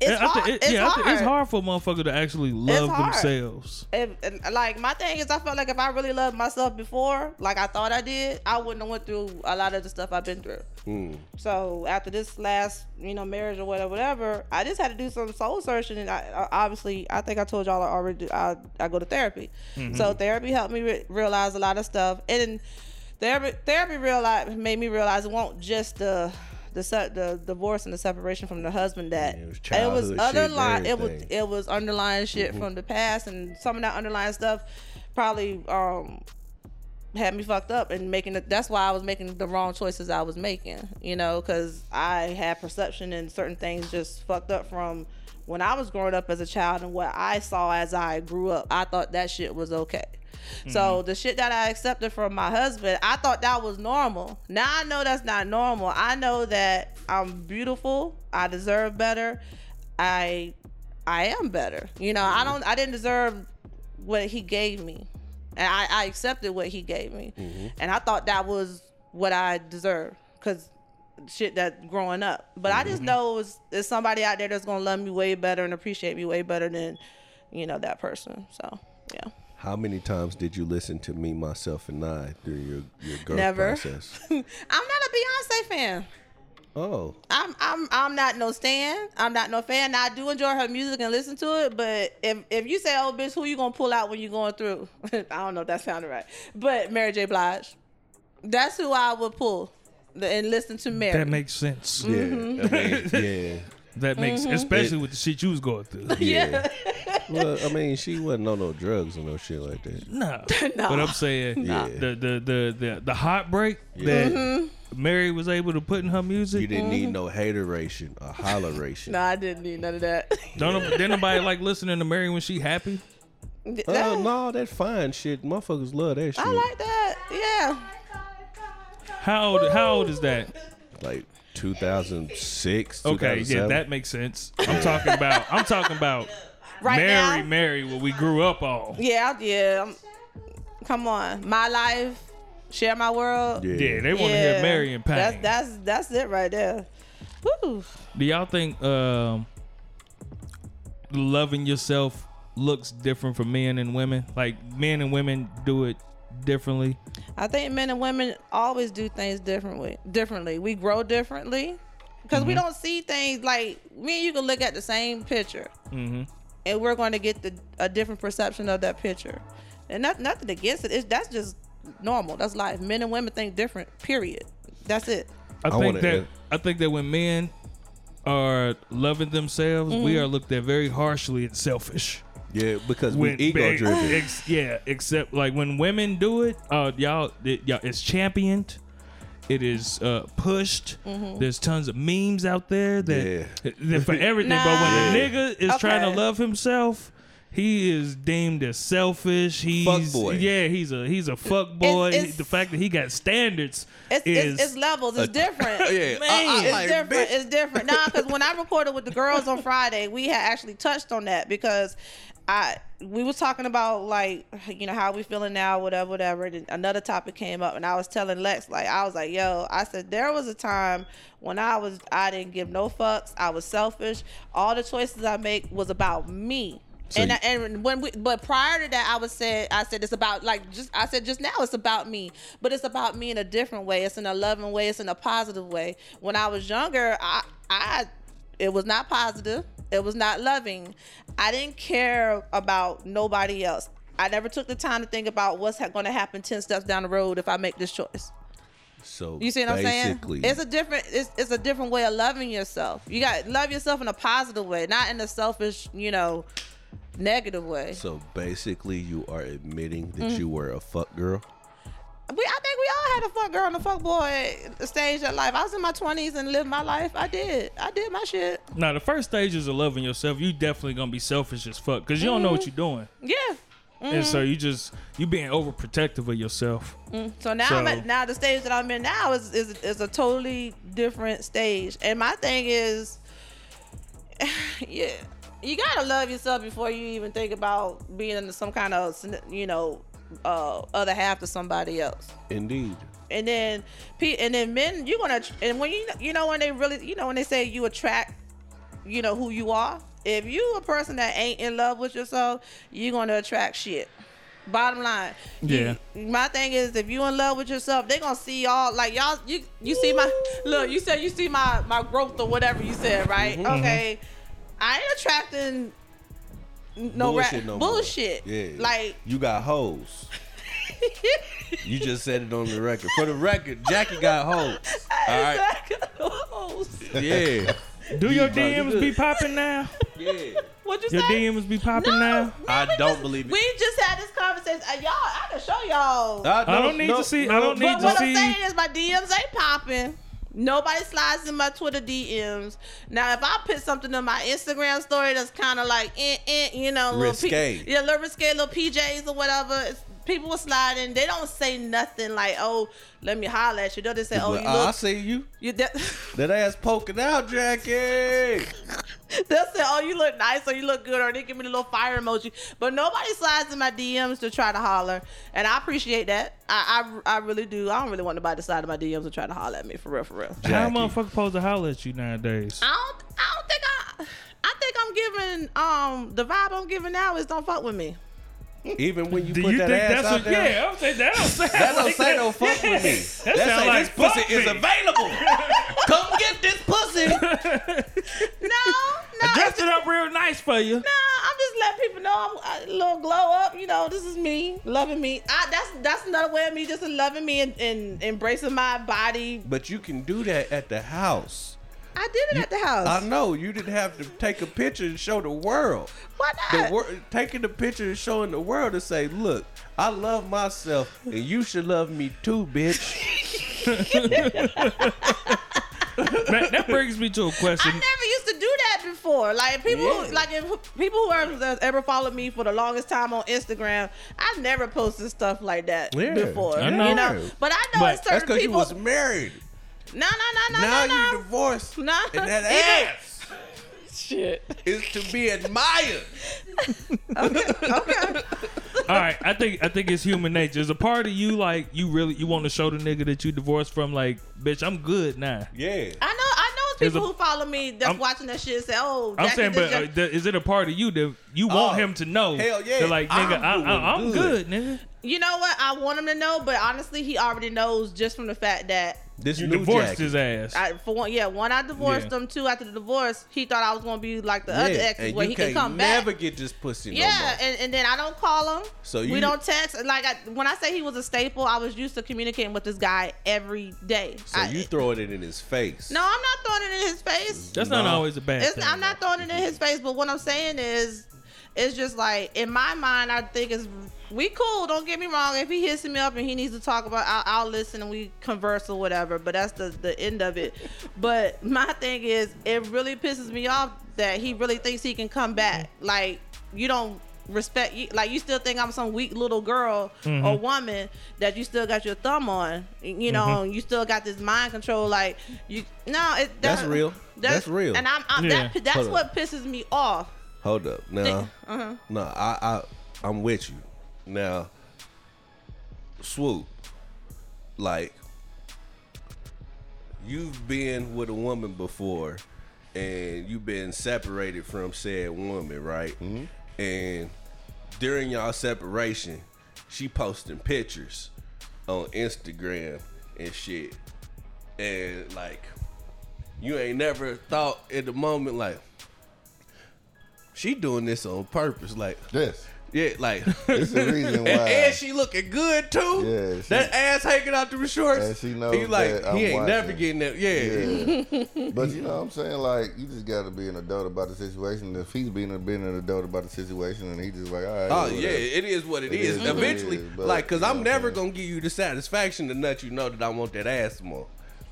S5: it's
S3: I think
S5: hard.
S3: it-
S5: it's,
S3: yeah, I
S5: hard.
S3: think it's hard for a motherfucker to actually love
S5: hard.
S3: themselves.
S5: if, and, like my thing is I felt like if I really loved myself before, like I thought I did, I wouldn't have went through a lot of the stuff I've been through.
S4: Mm.
S5: So after this last, you know, marriage or whatever, whatever, I just had to do some soul searching, and I, I obviously, I think I told y'all I already, do, I, I go to therapy.
S4: Mm-hmm.
S5: So therapy helped me re- realize a lot of stuff, and therapy therapy realize made me realize it won't just the the se- the divorce and the separation from the husband that
S4: Yeah, it was childhood shit
S5: it was,
S4: and
S5: underlying it was
S4: everything. Mm-hmm.
S5: it was underlying shit from the past and some of that underlying stuff probably um had me fucked up and making the, that's why I was making the wrong choices I was making, you know, because I had perception and certain things just fucked up from when I was growing up as a child and what I saw as I grew up. I thought that shit was okay. So the shit that I accepted from my husband, I thought that was normal. Now I know that's not normal. I know that I'm beautiful. I deserve better. I I am better. You know, I don't I didn't deserve what he gave me. And I, I accepted what he gave me. And I thought that was what I deserved. Cause shit that growing up. But I just know it was there's somebody out there that's gonna love me way better and appreciate me way better than, you know, that person. So yeah.
S4: How many times did you listen to me, myself, and I during your your growth
S5: Never.
S4: process?
S5: I'm not a Beyonce fan.
S4: Oh,
S5: I'm I'm I'm not no stan. I'm not no fan. Now, I do enjoy her music and listen to it, but if if you say, "Oh, bitch, who you gonna pull out when you going through?" I don't know if that sounded right, but Mary J. Blige. That's who I would pull and listen to Mary.
S3: That makes sense.
S5: Mm-hmm.
S4: yeah, I mean,
S3: That makes, especially with the shit you was going through.
S4: yeah, yeah. well, I mean, she wasn't on no drugs or no shit like that.
S3: No. But I'm saying
S4: Nah.
S3: the, the the the the heartbreak that
S5: Mm-hmm.
S3: Mary was able to put in her music.
S4: You didn't need no hateration or holleration.
S5: no, I didn't need none of that.
S3: Don't didn't nobody like listening to Mary when she happy?
S4: Oh
S5: That-
S4: no, that fine shit. Motherfuckers love that shit.
S5: I like that.
S3: How old how old is that?
S4: Like 2006.
S3: Okay, yeah,
S4: 2007.
S3: that makes sense. I'm talking about I'm talking about
S5: Yeah, right
S3: Mary,
S5: now.
S3: Mary, what we grew up on.
S5: yeah, I- yeah. I'm- Come on, my life, share my world.
S4: Yeah.
S3: Yeah, they want to hear Mary and pain.
S5: That's that's that's it right there. Woo.
S3: Do y'all think um, loving yourself looks different for men and women? Like men and women do it differently.
S5: I think men and women always do things differently. Differently, we grow differently. because we don't see things like me and you can look at the same picture, and we're going to get the, a different perception of that picture, and not, nothing against it. It's, that's just normal. That's life. Men and women think different. Period. That's it.
S3: I, think
S4: wanna
S3: that
S4: add-
S3: I think that when men are loving themselves,
S5: Mm-hmm.
S3: we are looked at very harshly and selfish.
S4: Yeah, because we
S3: When
S4: ego
S3: big-
S4: driven.
S3: ex- yeah, except like when women do it, uh, y'all, it, y'all, it's championed. It is uh, pushed.
S5: Mm-hmm.
S3: There's tons of memes out there that, that for everything. But when a nigga is trying
S5: Okay.
S3: to love himself, he is deemed as selfish. He's
S4: boy.
S3: yeah, he's a he's a fuck boy.
S5: it's-
S3: the fact that he got standards
S5: It's,
S3: is
S5: it's, it's levels. It's different.
S4: yeah, Uh,
S3: Man.
S5: it's
S4: like,
S5: different.
S4: bitch.
S5: It's different. Nah, because when I recorded with the girls on Friday, we had actually touched on that because I we was talking about like you know how we feeling now, whatever, whatever. And another topic came up, and I was telling Lex like I was like, yo, I said there was a time when I was I didn't give no fucks. I was selfish. All the choices I make was about me. and, I, and when we but prior to that I was said I said it's about like just I said just now it's about me but it's about me in a different way it's in a loving way it's in a positive way when I was younger I I it was not positive it was not loving I didn't care about nobody else I never took the time to think about what's ha- going to happen 10 steps down the road if I make this choice
S4: So
S5: you see what
S4: basically,
S5: I'm saying? It's a different it's, it's a different way of loving yourself. You got to love yourself in a positive way, not in a selfish, you know, negative way.
S4: so basically, you are admitting that
S5: Mm.
S4: you were a fuck girl.
S5: We I think we all had a fuck girl and a fuck boy stage of life. I was in my 20s and lived my life. I did. I did my shit.
S3: Now the first stages of loving yourself, you definitely gonna be selfish as fuck because you don't know what
S5: Mm-hmm.
S3: you're doing,
S5: Yeah. Mm-hmm.
S3: and so you just you being overprotective of yourself.
S5: So now I'm
S3: So-
S5: at, now the stage that I'm in now is, is is a totally different stage. And my thing is yeah, you gotta love yourself before you even think about being in some kind of you know uh, other half to somebody else.
S4: Indeed.
S5: And then, pe- and then men, you're gonna and when you you know when they really you know when they say you attract, you know who you are. If you a person that ain't in love with yourself, you're gonna attract shit. Bottom line.
S3: Yeah.
S5: My thing is, if you in love with yourself, they gonna see y'all like y'all. You you see my look. You said you see my my growth or whatever you said, right? Okay. I ain't attracting no
S4: bullshit
S5: rap,
S4: no more.
S5: bullshit.
S4: Yeah.
S5: Like
S4: you got hoes. you just said it on the record. For the record, Jackie got hoes. All right. Yeah.
S3: Do your
S4: You probably
S3: DMs
S4: good.
S3: be popping now?
S4: Yeah.
S5: what you
S3: Your
S5: say?
S3: DMs be popping now.
S4: I
S5: we
S4: don't
S5: just-
S4: believe it.
S5: We just had this conversation. Uh, y'all, I can show y'all.
S3: I don't need to see. I don't need
S5: but
S3: to
S5: what
S3: see.
S5: I'm saying is, my DMs ain't popping. Nobody slides in my Twitter DMs. Now, if I put something in my Instagram story that's kind of like, eh, eh, you know, little
S4: Risque.
S5: yeah, little risque, little PJs or whatever. it's- people will slide in. They don't say nothing like, oh, let me holler at you. They'll just say, oh,
S4: But
S5: you
S4: I
S5: look,
S4: see you.
S5: you de-
S4: That ass poking out, Jackie.
S5: They'll say, "Oh, you look nice, or you look good," or they give me the little fire emoji. But nobody slides in my DMs to try to holler, and I appreciate that. I I, I really do. I don't really want nobody to slide in my DMs and try to holler at me for real, for real.
S3: How
S4: Jackie.
S3: motherfucker supposed to holler at you nowadays?
S5: I don't. I don't think I. I think I'm giving um the vibe I'm giving now is don't fuck with me.
S4: Even when you
S3: Do
S4: put
S3: you
S4: that
S3: think
S4: ass
S3: that's
S4: out
S3: what?
S4: there.
S3: Yeah, I'm saying that don't sound.
S4: That don't
S3: like
S4: say no fuck with me.
S3: That
S4: That
S3: sound
S4: say
S3: like
S4: this pussy
S3: fuck
S4: is
S3: me.
S4: available. Come get this pussy.
S5: No, no.
S3: Dressed it up real nice for you.
S5: Nah, I'm just letting people know I'm a little glow up. You know, this is me, loving me. I, that's that's another way of me just loving me and, and embracing my body.
S4: But you can do that at the house.
S5: I did it at the house.
S4: I know you didn't have to take a picture and show the world.
S5: Why
S4: The
S5: not?
S4: wor- taking the picture and showing the world to say, "Look, I love myself, and you should love me too, bitch."
S3: Man, that brings me to a
S5: I
S3: question.
S5: never used to do that before. Like people, who, like if people who have have ever followed me for the longest time on Instagram, I never posted stuff like that
S4: Yeah,
S5: before.
S3: I know.
S5: You know, but I know
S3: But
S5: it's
S4: That's
S5: certain
S4: because you
S5: people.
S4: was married.
S5: No, no, no,
S4: now
S5: no, no,
S4: you
S5: no.
S4: divorced,
S5: Nah.
S4: and that
S5: Even-
S4: ass
S5: Shit.
S4: is to be admired.
S3: All right, I think I think it's human nature. Is a part of you like you really you want to show the nigga that you divorced from like, bitch, I'm good now.
S4: Yeah.
S5: I know, I know it's
S3: There's
S5: people
S3: a-
S5: who follow me that's
S3: I'm-
S5: watching that shit and say, "Oh,
S3: I'm
S5: Jackie
S3: saying,
S5: this
S3: but uh,
S5: Jack-
S3: th- is it a part of you that you want
S4: Oh,
S3: him to know?
S4: hell yeah,
S3: That, like, nigga,
S4: I'm
S3: I'm, I, I, I'm
S4: doing
S3: good.
S4: good.
S3: nigga.
S5: you know what? I want him to know, but honestly, he already knows just from the fact that
S4: This
S3: You
S4: new
S3: divorced
S4: jacket.
S3: his ass.
S5: I, for one, yeah, one I divorced
S3: Yeah.
S5: him. Two after the divorce, he thought I was gonna be like the other
S4: Yeah,
S5: exes
S4: and
S5: where
S4: you
S5: he can
S4: can't
S5: come back.
S4: never get this pussy no
S5: Yeah,
S4: more.
S5: and, and then I don't call him.
S4: So
S5: So
S4: you-
S5: we don't text. And, Like I, when I say he was a staple, I was used to communicating with this guy every day.
S4: So
S5: I-
S4: you throwing it in his face.
S5: No, I'm not throwing it in his face.
S3: That's not
S4: Nah.
S3: always a bad
S5: It's,
S3: thing.
S5: I'm not throwing it in his face, but what I'm saying is, it's just like in my mind, I think it's we cool. Don't get me wrong. If he hits me up and he needs to talk about, I'll, I'll listen and we converse or whatever. But that's the the end of it. But my thing is, it really pisses me off that he really thinks he can come back. Like you don't respect you like you still think I'm some weak little girl or
S3: Mm-hmm.
S5: woman that you still got your thumb on you know
S3: Mm-hmm.
S5: you still got this mind control like you no it,
S4: That's
S5: that-
S4: real. That's real.
S5: and I'm, I'm
S3: Yeah.
S5: that, that's
S4: Hold
S5: what pisses me off
S4: Hold up. Now, no, I, I, I'm with you. Now, swoop, like, you've been with a woman before, and you've been separated from said woman, right? And during y'all separation, she posting pictures on Instagram and shit, and like, you ain't never thought at the moment like. She doing this on purpose, like
S1: This.
S4: yeah, like
S1: It's the reason why.
S4: and she looking good too.
S1: Yeah, she-
S4: that ass hanging out the shorts.
S1: And she knows
S4: He like
S1: that I'm
S4: he ain't
S1: watching.
S4: never getting that. Yeah,
S1: Yeah. but you know what I'm saying? Like, you just got to be an adult about the situation. If he's being, being an adult about the situation and he just like, all right.
S4: Oh
S1: whatever.
S4: yeah, it is what it
S1: It
S4: is.
S1: is what it
S4: Eventually,
S1: is, but,
S4: like, cause
S1: you know
S4: I'm
S1: what I'm
S4: never
S1: saying?
S4: gonna give you the satisfaction to let you know that I want that ass more.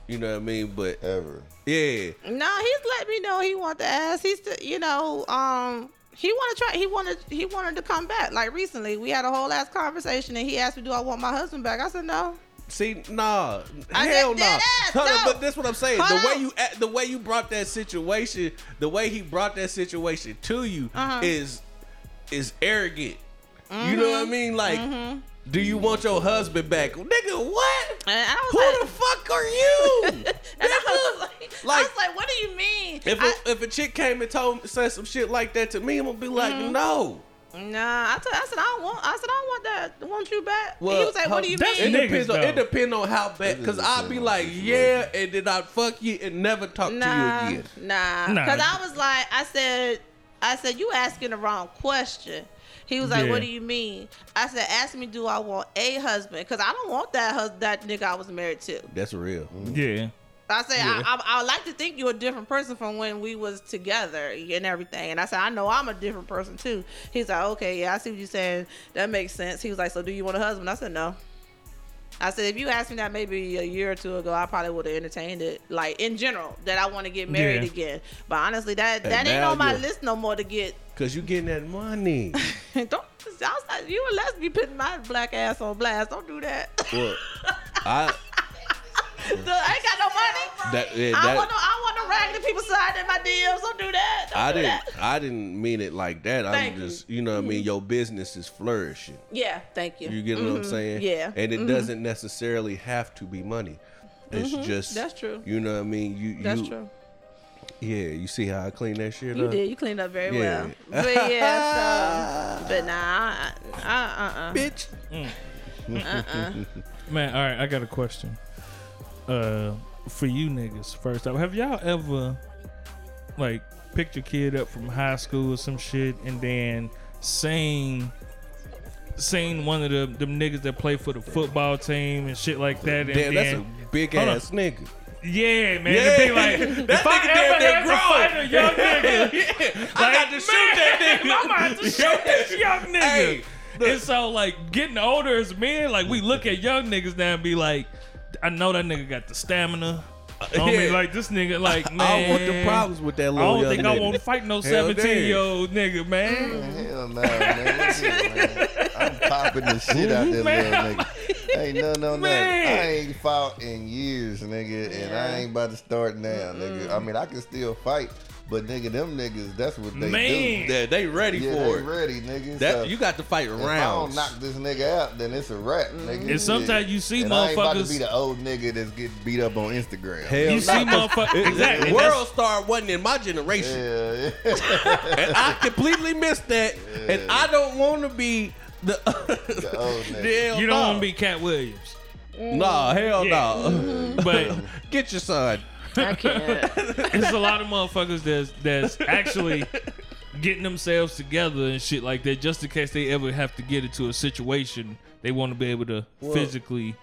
S4: You know what I mean? But
S1: Ever.
S4: yeah,
S5: no he's let me know he want to ask he's the, you know um he want to try he wanted he wanted to come back like recently we had a whole ass conversation and he asked me do I want my husband back I said no
S4: see, nah,
S5: I
S4: hell
S5: said
S4: nah.
S5: dead ass,
S4: Hold on,
S5: no.
S4: but that's what I'm saying.
S5: Hold
S4: the way
S5: on.
S4: you act- the way you brought that situation, the way he brought that situation to you
S5: Uh-huh.
S4: is is arrogant. You know
S5: Mm-hmm.
S4: what I mean? Like, do you want your husband back, nigga? What?
S5: and I was
S4: Who
S5: like
S4: the fuck are you?
S5: and I was
S4: Nigga?
S5: like, I
S4: Like-
S5: was like what do you mean
S4: If a,
S5: I-
S4: if a chick came and told me, said some shit like that to me, I'm gonna be like,
S5: Mm-hmm.
S4: no.
S5: Nah, I, t- I said I don't want. I said I don't want that. Want you back?
S4: Well,
S5: he was like,
S4: how-
S5: "What do you
S3: that's
S4: It
S5: mean?"
S3: niggas,
S4: depends. On, it
S3: though.
S4: depends on how bad.
S1: It
S4: Cause
S1: depends
S4: I'll be
S1: on
S4: like,
S1: the
S4: yeah, and then I'd fuck you and never talk
S5: nah,
S4: to you again.
S5: nah.
S3: Nah.
S5: Because I was like, I said, I said you asking the wrong question. He was like,
S3: Yeah.
S5: "What do you mean?" I said, "Ask me, do I want a husband? Because I don't want that hus- that nigga I was married to."
S4: That's real.
S3: Yeah.
S5: I said,
S3: Yeah.
S5: I, I, I would like to think you're a different person from when we was together and everything. And I said, I know I'm a different person too. He's like, okay, yeah, I see what you're saying. That makes sense. He was like, so do you want a husband? I said, no. I said, if you asked me that maybe a year or two ago, I probably would have entertained it. Like in general, that I want to get married
S3: Yeah.
S5: again. But honestly, that
S4: And
S5: that ain't
S4: now
S5: on my
S4: you're-
S5: list no more to get.
S4: Cause you getting that money.
S5: Don't I was like, you and let's be putting my black ass on blast. Don't do that.
S4: well, I
S5: I ain't got no money.
S4: that, yeah,
S5: I
S4: that-
S5: want to I want to rag the people sliding in my DMs. Don't do that. Don't
S4: I
S5: do
S4: didn't
S5: that.
S4: I didn't mean it like that.
S5: Thank
S4: I'm
S5: you. Mm-hmm.
S4: just you know what I mean. Your business is flourishing.
S5: Yeah, thank you.
S4: You get what I'm saying?
S5: Mm-hmm. Yeah.
S4: And it doesn't necessarily have to be money. It's just
S5: Mm-hmm. That's true.
S4: You know what I mean? You
S5: That's
S4: you,
S5: true.
S4: Yeah, you see how I clean that shit
S5: You
S4: up?
S5: did. You cleaned up very
S4: yeah.
S5: well. But yeah, so, but nah, I, I, uh, uh,
S4: Bitch.
S3: Man, all right, I got a question. Uh, for you niggas, first off, have y'all ever like picked your kid up from high school or some shit, and then seen seen one of the them niggas that play for the football team and shit like that? And
S4: Damn, that's a
S3: then,
S4: big
S3: Hold on.
S4: ass nigga.
S3: yeah, man,
S4: Yeah.
S3: to be like,
S4: That
S3: if I
S4: nigga damn
S3: ever
S4: near
S3: had to
S4: grown.
S3: fight a young nigga,
S4: I got to shoot that nigga.
S3: I'm about to shoot this young nigga.
S4: Hey, look.
S3: and so, like, getting older as men, like, we look at young niggas now and be like, I know that nigga got the stamina. I
S4: yeah.
S3: mean, like, this nigga, like, man.
S4: I don't want the problems with that
S3: I
S4: little
S3: don't
S4: young
S3: think I
S4: nigga.
S3: want to fight no
S4: Hell
S3: 17 year old nigga, man.
S1: Hell no, man. Look here, man. I'm popping the shit out that
S3: Man.
S1: little nigga. Ain't no, no, no.
S3: Man.
S1: I ain't fought in years, nigga, and I ain't about to start now, nigga. I mean, I can still fight, but nigga, them niggas, that's what they
S3: Man.
S4: Yeah, they ready
S1: do. Yeah,
S4: for
S1: they
S4: it.
S1: ready, nigga.
S4: That
S1: so
S4: you got to fight
S1: if I don't
S4: rounds.
S1: knock this nigga out, then it's a wrap, nigga.
S3: And sometimes you see
S1: Mm. and I ain't about to
S3: motherfuckers-
S1: be the old nigga that's getting beat up on Instagram.
S4: Hell
S3: You see,
S4: no.
S3: motherfucker. Exactly. and that's-
S4: World Star wasn't in my generation.
S1: Yeah, yeah.
S4: and I completely missed that. And I don't want to be the,
S1: The old nigga.
S4: Hell
S3: You don't
S4: no.
S3: want to be Cat Williams.
S4: Nah, hell no.
S3: But
S4: Get your son.
S5: I can't.
S3: there's a lot of motherfuckers that's that's actually getting themselves together and shit like that just in case they ever have to get into a situation they want to be able to physically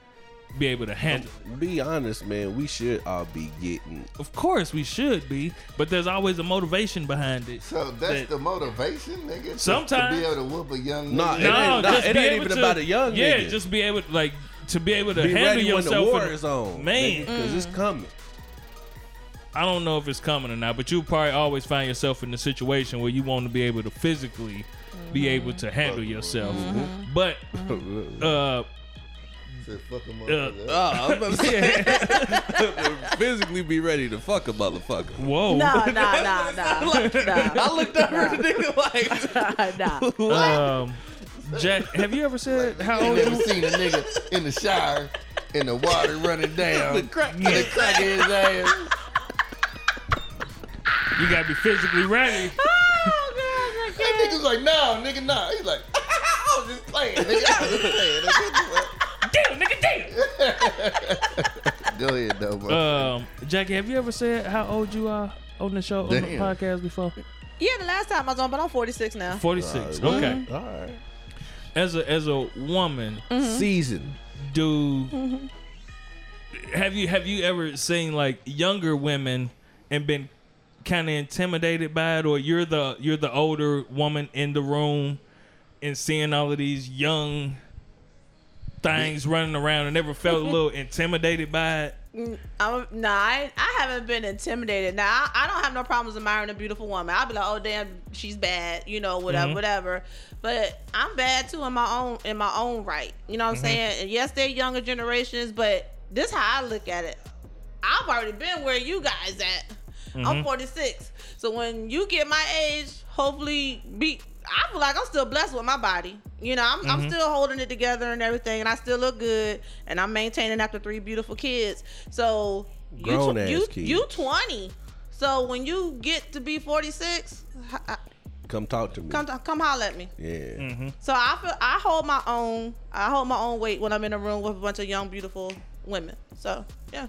S3: be able to handle.
S4: Be honest, man. We should all be getting.
S3: Of course, we should be, but there's always a motivation behind it.
S1: So that's the motivation, nigga. to-
S3: Sometimes-
S1: to be able to whoop a young
S4: Nah,
S1: nigga.
S4: it ain't- nah, it
S3: be
S4: ain't
S3: able
S4: even about a young
S3: Yeah,
S4: nigga.
S3: just be able to, like to be able to
S4: Be
S3: handle
S4: ready when
S3: yourself.
S4: the war
S3: in-
S4: is on,
S3: Man.
S4: because it's
S1: Mm-hmm.
S4: coming.
S3: I don't know if it's coming or not, but you probably always find yourself in the situation where you want to be able to physically be able to handle yourself. But
S4: Mm-hmm.
S3: uh,
S1: Said, fuck him up.
S3: Uh,
S4: Oh, I'm about to say- physically be ready to fuck a motherfucker.
S3: whoa,
S5: Nah, nah, nah, nah. nah.
S4: I looked over at the nigga like,
S5: nah.
S3: um, Jack, have you ever said how
S1: You
S3: old
S1: never
S3: you?
S1: seen a nigga in the shower in the water running down.
S4: the crack.
S3: Yeah.
S1: They crack his ass.
S3: You gotta be physically ready.
S1: That nigga's like, nah, nigga, nah. He's like, I was just playing, nigga. I was just playing. nigga."
S3: damn, nigga, damn.
S1: Go ahead, though, bro.
S3: Um, Jackie, have you ever said how old you are on the show on the
S1: Damn.
S3: podcast before?
S5: Yeah, the last time I was on, but I'm 46 now.
S3: Forty six. Okay.
S4: All right.
S3: As a as a woman,
S5: Mm-hmm.
S4: Season.
S3: do have you have you ever seen like younger women and been kind of intimidated by it or you're the you're the older woman in the room and seeing all of these young things running around and never
S5: Mm-hmm.
S3: felt a little intimidated by it
S5: I'm, nah, I, ain't- I haven't been intimidated. Now I, I don't have no problems admiring a beautiful woman. I'll be like, oh damn, she's bad, you know, whatever, whatever. But I'm bad too in my own in my own right. You know what I'm saying? And yes, they're younger generations, but this how I look at it. I've already been where you guys at. I'm 46, so when you get my age, hopefully be. I feel like I'm still blessed with my body. You know, I'm, I'm still holding it together and everything, and I still look good, and I'm maintaining after three beautiful kids. So you
S4: Grown ass
S5: you
S4: kids.
S5: you 20. So when you get to be 46, h- h-
S4: Come talk to me.
S5: come to, come holler at me.
S4: yeah.
S3: Mm-hmm.
S5: So I feel I hold my own. I hold my own weight when I'm in a room with a bunch of young beautiful women. So yeah.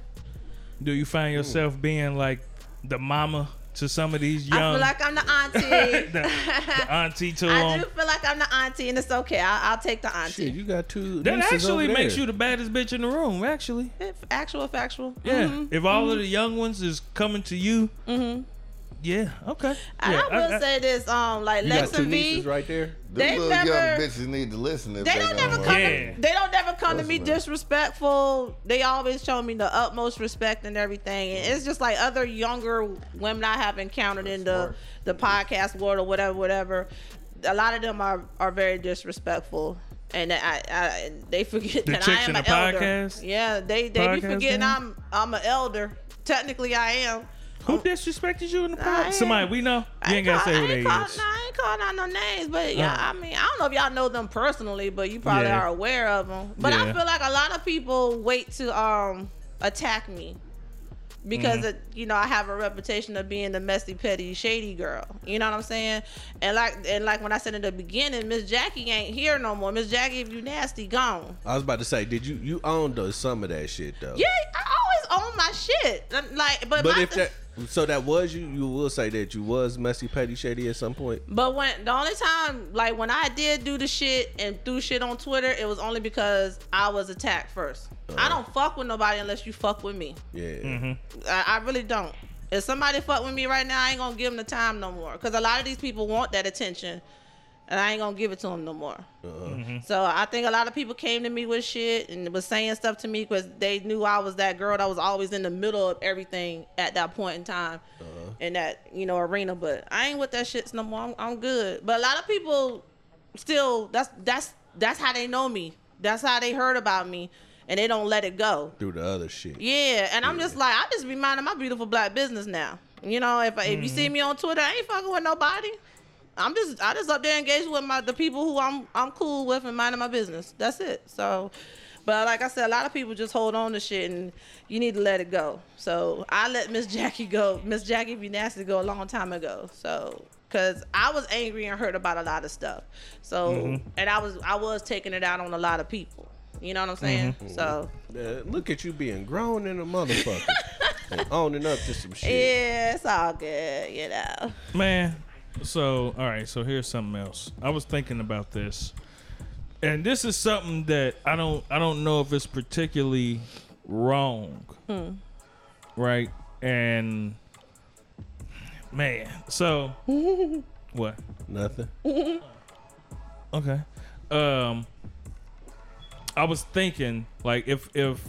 S3: do you find yourself being like the mama to some of these
S5: I
S3: young
S5: feel like I'm the auntie.
S3: the, the auntie to
S5: I
S3: them
S5: do feel like I'm the auntie, and it's okay. I, I'll take the auntie.
S4: Shit, you got two.
S3: that
S4: nieces
S3: actually
S4: over there.
S3: makes you the baddest bitch in the room actually
S5: If Actual, factual. Mm-hmm.
S3: Yeah. If all of the young ones is coming to you, yeah, okay.
S5: And
S3: Yeah,
S5: Mm-hmm. I will say this, um, like
S4: You
S5: Lex
S4: got two
S5: and V,
S4: nieces right there.
S1: Them
S5: they
S1: little
S5: never-
S1: young bitches need to listen if
S5: they
S1: they,
S5: don't
S1: gonna
S5: ever
S1: want
S5: come.
S3: Yeah.
S5: To, they don't ever come to
S1: Those
S5: me
S1: men.
S5: disrespectful. They always show me the utmost respect and everything. And it's just like other younger women I have encountered in the the podcast world or whatever, whatever. A lot of them are are very disrespectful. And I, I, and they forget
S3: The
S5: that I
S3: chicks
S5: am
S3: in
S5: an
S3: the
S5: elder.
S3: podcast?
S5: Yeah, they they
S3: Podcast
S5: be forgetting
S3: game?
S5: I'm I'm an elder. Technically, I am.
S3: who disrespected you in the
S5: oh. I
S3: pod?
S5: ain't-
S3: Somebody we know. You ain't gotta
S5: call-
S3: say who
S5: I
S3: they
S5: ain't call-
S3: is.
S5: nah, I ain't calling out no names, but yeah,
S3: Uh.
S5: I mean, I don't know if y'all know them personally, but you probably
S3: Yeah.
S5: are aware of them. But I
S3: Yeah.
S5: feel like a lot of people wait to um attack me because
S3: Mm-hmm.
S5: it, you know I have a reputation of being the messy, petty, shady girl. You know what I'm saying? And like and like when I said in the beginning, Miss Jackie ain't here no more. Miss Jackie, if you nasty, gone.
S3: Uh-huh.
S4: I was about to say, did you you owned uh, some of that shit though?
S5: Yeah, I always own my shit. Like, but,
S4: But
S5: my
S4: if that so that was you, you will say that you was messy, petty, shady at some point.
S5: But when the only time, like when I did do the shit and threw shit on Twitter, it was only because I was attacked first. I don't fuck with nobody unless you fuck with me.
S4: Yeah.
S5: I, I really don't. If somebody fuck with me right now, I ain't gonna give them the time no more. Cause a lot of these people want that attention, and I ain't gonna give it to them no more. So I think a lot of people came to me with shit and was saying stuff to me because they knew I was that girl that was always in the middle of everything at that point in time, in that you know arena. But I ain't with that shit no more. I'm, I'm good. But a lot of people still that's that's that's how they know me. That's how they heard about me, and they don't let it go.
S4: Through the other shit.
S5: Yeah, and I'm just like, I just be minding my beautiful black business now. You know, if I if you see me on Twitter, I ain't fucking with nobody. I'm just I just up there engaged with my the people who I'm I'm cool with and minding my business. That's it. So, but like I said, a lot of people just hold on to shit and you need to let it go. So I let Miss Jackie go, Miss Jackie be nasty go a long time ago. So. Cause I was angry and hurt about a lot of stuff, so and I was I was taking it out on a lot of people. You know what I'm saying? So
S4: Uh, look at you being grown in a motherfucker and owning up to some shit.
S5: yeah, it's all good, you know.
S3: Man, so all right, so here's something else. I was thinking about this. And this is something that I don't I don't know if it's particularly wrong.
S5: Hmm.
S3: Right? And man, so what?
S4: Nothing.
S3: Okay. Um I was thinking like if if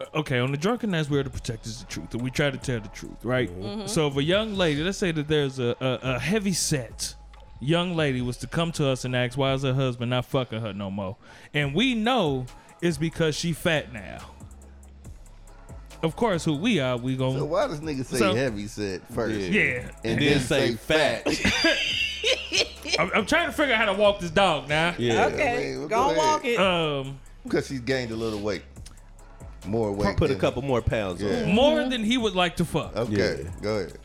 S3: uh, okay, on the drunkenness we're to protect is the truth, and we try to tell the truth, right? So if a young lady, let's say that there's a, a, a heavy set young lady was to come to us and ask why is her husband not fucking her no more, and we know it's because she fat now. Of course, who we are, we gonna
S1: So why does nigga say
S3: So-
S1: heavy set first?
S3: yeah.
S1: And then say fat.
S3: I'm, I'm trying to figure out how to walk this dog now.
S4: Yeah.
S5: okay,
S1: man, go
S5: go
S1: ahead.
S5: walk it.
S3: Um.
S1: Because she's gained a little weight. More weight.
S4: Put a
S1: than-
S4: couple more pounds
S1: Yeah.
S4: on.
S3: more than he would like to fuck.
S1: Okay,
S4: Yeah.
S1: go ahead.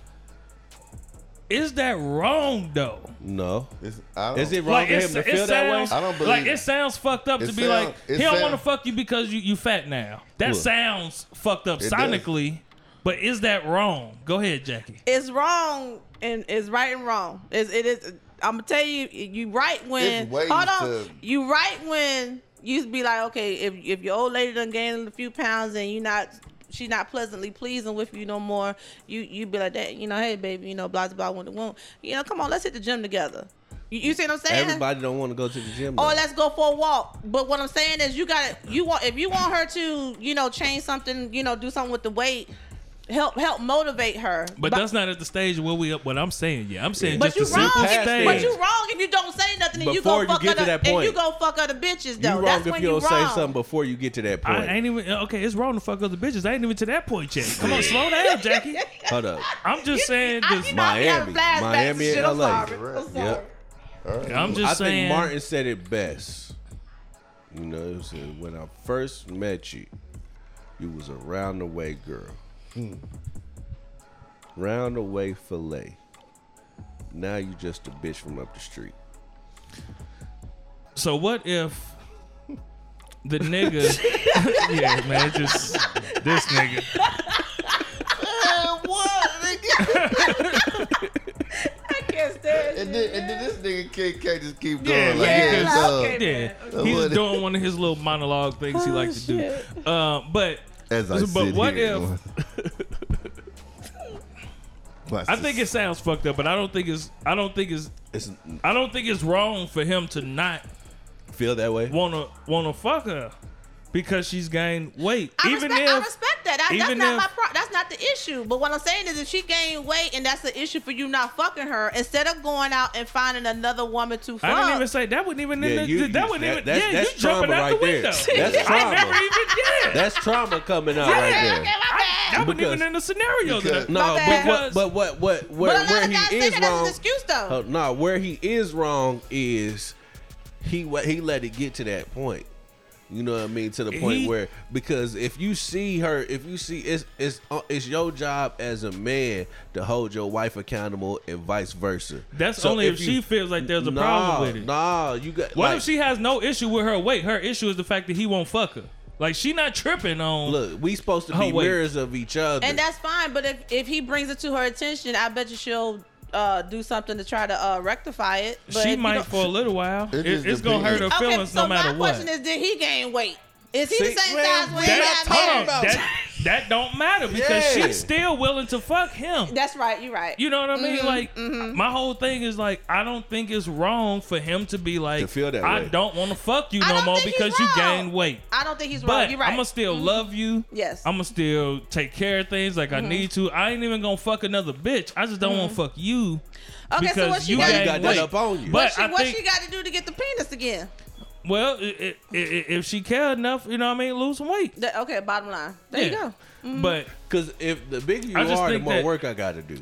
S3: Is that wrong though?
S4: No.
S1: It's,
S5: Oh.
S1: I
S4: Is
S1: don't-
S4: it wrong for
S3: it's-
S4: him to feel that way?
S3: sounds,
S1: I don't believe
S3: like
S1: it.
S3: it sounds fucked up
S1: It
S3: to be
S1: sound-
S3: like
S1: it
S3: he don't
S1: sound-
S3: want to fuck you because you you fat now. That
S4: Look.
S3: sounds fucked up
S1: It does.
S3: sonically, but is that wrong? Go ahead, Jackie.
S5: it's wrong and it's right and wrong. It's, it is. I'm gonna tell you, you right when.
S1: It's ways
S5: Hold on,
S1: to-
S5: you right when you be like, okay, if if your old lady done gained a few pounds and you not. She not pleasantly pleasing with you no more. You you be like that, you know. Hey, baby, you know, blah blah blah. Want to want, you know? Come on, let's hit the gym together. You, you see what I'm saying?
S4: Everybody don't want to go to the gym.
S5: or
S4: though.
S5: Oh, let's go for a walk. But what I'm saying is, you got to you want if you want her to, you know, change something, you know, do something with the weight. Help help motivate her.
S3: But that's not at the stage where we up. What I'm saying, yeah, I'm saying
S5: But
S3: just
S5: you
S3: a
S5: wrong.
S3: simple
S5: If,
S3: stage.
S5: but you wrong if you don't say nothing and you
S4: Before
S5: go
S4: you
S5: fuck
S4: get
S5: other,
S4: to that
S5: and you
S4: point.
S5: go fuck other bitches
S4: you
S5: though.
S4: wrong
S5: That's
S4: if you
S5: when
S4: don't
S5: wrong.
S4: say something before you get to that point.
S3: I ain't even okay. It's wrong to fuck other bitches. I ain't even to that point yet. Come on, slow down, Jackie.
S4: Hold up.
S3: I'm just saying.
S5: I,
S3: This,
S5: you know, I be having
S4: Miami.
S5: flashbacks
S4: Miami
S5: and shit.
S4: and
S5: I'm
S4: LA.
S5: sorry. I'm
S1: Correct.
S5: sorry.
S4: Yep.
S3: I'm
S4: I
S3: just saying.
S4: think Martin said it best. You know, he said, when I first met you, you was a round the way girl, Hmm. round the way fillet. Now you just a bitch from up the street.
S3: So what if the nigga? yeah, man, it's just this nigga.
S5: I can't stand
S1: And
S5: shit.
S1: then, and then this nigga can't, can't just keep going
S3: Yeah,
S1: like
S3: yeah,
S1: this.
S3: like,
S1: uh,
S5: okay. Oh,
S3: Yeah,
S1: Uh,
S3: he's
S1: what-
S3: doing one of his little monologue things he likes to do. Uh, but
S1: As I
S3: but
S1: sit
S3: what
S1: here
S3: if?
S1: going- Watch
S3: I
S1: this.
S3: think it sounds fucked up, but I don't think it's. I don't think it's.
S4: It's
S3: I don't think it's wrong for him to not
S4: feel that way.
S3: wanna wanna fuck her because she's gained weight.
S5: I
S3: even
S5: respect, I
S3: if
S5: respect that. I, that's
S3: even
S5: not
S3: if-
S5: my pro- that's not the issue. But what I'm saying is, if she gained weight and that's the issue for you not fucking her, instead of going out and finding another woman to fuck,
S3: I didn't even say that wouldn't even.
S4: Yeah, you-
S3: that
S4: you-
S3: wouldn't
S4: that-
S3: even.
S4: that's-
S3: yeah,
S4: that's
S3: you jumping
S4: trauma
S3: out the
S4: right there.
S3: window.
S4: That's
S3: I
S4: trauma.
S3: never even. Yeah.
S4: That's trauma coming out
S5: okay,
S4: right
S5: okay,
S4: there.
S5: my bad.
S3: That wasn't
S4: Because-
S3: even in the scenario.
S1: because-
S3: That I,
S4: No,
S5: My
S4: but
S5: bad.
S4: what, but what, what,
S5: but a
S4: where,
S5: lot
S4: where
S5: of guys
S4: he
S5: say
S4: is
S5: that as
S4: wrong.
S5: an excuse though.
S4: Uh, nah, where he is wrong is he wa- he let it get to that point. You know what I mean? To the point
S3: He-
S4: where because if you see her, if you see it's it's uh, it's your job as a man to hold your wife accountable and vice versa.
S3: That's
S4: So
S3: only if, she
S4: you-
S3: feels like there's a
S4: nah,
S3: problem with it.
S4: Nah, you got.
S3: What
S4: like,
S3: if she has no issue with her weight? Her issue is the fact that he won't fuck her. Like she not tripping on.
S4: Look, we supposed to
S3: Oh,
S4: be
S3: wait.
S4: mirrors of each other.
S5: And that's fine, but if if he brings it to her attention, I bet you she'll uh, do something to try to uh, rectify it. But
S3: she
S5: if you
S3: might
S5: don't-
S3: for a little while.
S1: It
S3: It-
S1: just
S3: it's gonna hurt her
S1: depends.
S3: feelings
S5: so
S3: no matter
S5: my
S3: what.
S5: question is, did he gain weight? Is he
S4: See,
S5: the same
S4: man,
S5: size
S4: that-
S5: when he
S3: that,
S5: got
S4: hold
S5: married?
S4: on. about-
S3: that, that don't matter because
S4: Yeah.
S3: she's still willing to fuck him.
S5: That's right. You're right.
S3: You know what I
S5: Mm-hmm,
S3: mean? like my whole thing is like I don't think it's wrong for him to be like
S4: To feel that
S3: I
S4: way.
S3: don't want to fuck you
S5: I
S3: no
S5: don't
S3: more
S5: think he's
S3: because you
S5: wrong.
S3: gained weight.
S5: I don't think he's wrong.
S3: But
S5: You're right. Mm-hmm.
S3: I'ma still love you.
S5: Yes. Mm-hmm.
S3: I'ma still take care of things like I need to. I ain't even gonna fuck another bitch. I just don't want to fuck you.
S5: Okay, so
S3: because
S5: what she
S3: you
S5: got- Why you
S3: gained
S4: got that
S3: weight.
S4: up on you?
S3: But
S5: What she,
S3: I
S5: what
S3: think
S5: she got to do to get the penis again?
S3: well, i i i if she cared enough, you know what I mean, lose some weight.
S5: That- okay, bottom line. There you
S3: Yeah.
S5: go. Mm-hmm.
S3: But
S4: Because if the bigger you
S3: I just
S4: are, the
S3: think
S4: more
S3: that-
S4: work I got to do.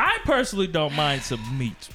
S3: I personally don't mind some meat.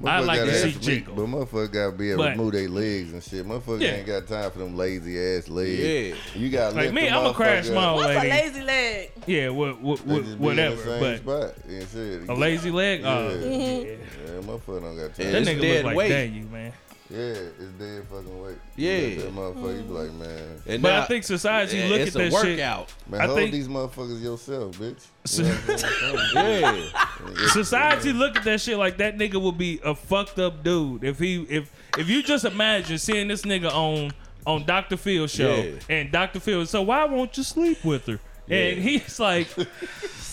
S3: I
S1: Motherfucker
S3: like
S1: gotta
S3: to see
S1: have some meat,
S3: jiggle.
S1: But motherfucker gotta be able
S3: But-
S1: to move their legs and shit. Motherfucker
S3: Yeah.
S1: ain't got time for them lazy ass legs.
S4: Yeah.
S1: You gotta
S3: Like
S1: lift
S3: me,
S1: the
S3: I'ma crash
S1: motherfucker
S3: my
S1: up.
S3: own-
S5: What's
S3: lady.
S5: a lazy leg?
S3: Yeah, what, what,
S1: They
S3: what,
S1: just be in the
S3: whatever.
S1: same
S3: But
S1: spot and shit.
S3: a lazy leg,
S1: Yeah.
S3: oh,
S5: Mm-hmm.
S1: yeah. motherfucker don't got time.
S3: that
S4: It's
S3: nigga
S4: dead
S3: look like
S4: weight.
S3: Daniel, man.
S1: Yeah, it's dead fucking weight.
S4: Yeah.
S1: You look at that motherfucker, you be like, man,
S4: And
S3: But
S4: now-
S3: I think society
S4: Yeah,
S3: look
S4: it's
S3: at
S4: a
S3: that shit.
S4: workout.
S1: man,
S3: I
S1: hold
S3: think-
S1: these motherfuckers yourself, bitch.
S3: So-
S4: Yeah,
S3: Society look at that shit like that nigga would be a fucked up dude if he if if you just imagine seeing this nigga on on Dr. Phil show
S4: Yeah.
S3: and Dr. Phil so why won't you sleep with her? And he's like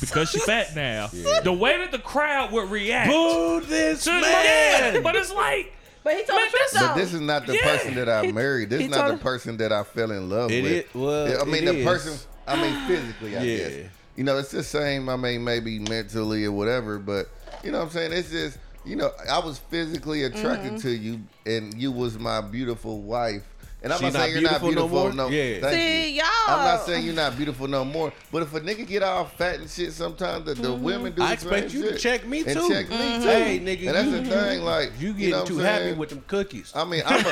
S3: because she fat now. The way that the crowd would react.
S4: boo this
S3: to-
S4: man.
S3: But it's like
S5: But he told
S3: Man,
S5: the truth
S3: this-
S1: But
S5: though.
S1: this is not the
S3: Yeah.
S1: person that I married. This
S5: he
S1: is not the
S5: told-
S1: person that I fell in love
S4: It
S1: with.
S4: is- well,
S1: Yeah, I mean,
S4: it
S1: the
S4: is.
S1: person, I mean, physically, I
S4: Yeah.
S1: guess. You know, it's the same, I mean, maybe mentally or whatever, but you know what I'm saying? It's just, you know, I was physically attracted to
S5: Mm-hmm.
S1: you and you was my beautiful wife. And I'm
S4: She
S1: not
S4: not
S1: saying you're not
S4: beautiful no
S1: beautiful
S4: more?
S1: no
S4: Yeah.
S1: Thank
S5: See,
S1: you.
S5: y'all.
S1: I'm not saying you're not beautiful no more, but if a nigga get all fat and shit, sometimes the, the
S5: Mm-hmm.
S1: women do.
S4: I
S1: the
S4: expect
S1: same
S4: you to
S1: shit.
S4: check me
S1: And
S4: too.
S1: check me
S4: Mhm.
S1: too.
S4: Hey, nigga,
S1: and that's
S4: you-
S5: Mm-hmm.
S1: the thing. Like
S4: You getting
S1: know what I'm
S4: too happy
S1: saying?
S4: with them cookies.
S1: I mean, I'm a,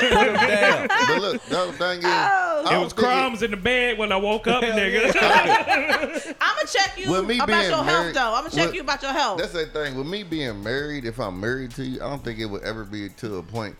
S4: Damn.
S1: but look, the other thing is, I
S3: it
S1: don't
S3: was
S1: think
S3: crumbs in the bed when I woke up,
S4: Hell
S3: nigga.
S5: I'm gonna check you
S1: With me
S5: about
S1: being
S5: your
S1: married-
S5: health, though. I'm gonna check
S1: with-
S5: you about your health.
S1: That's that thing with me being married. If I'm married to you, I don't think it would ever be to a point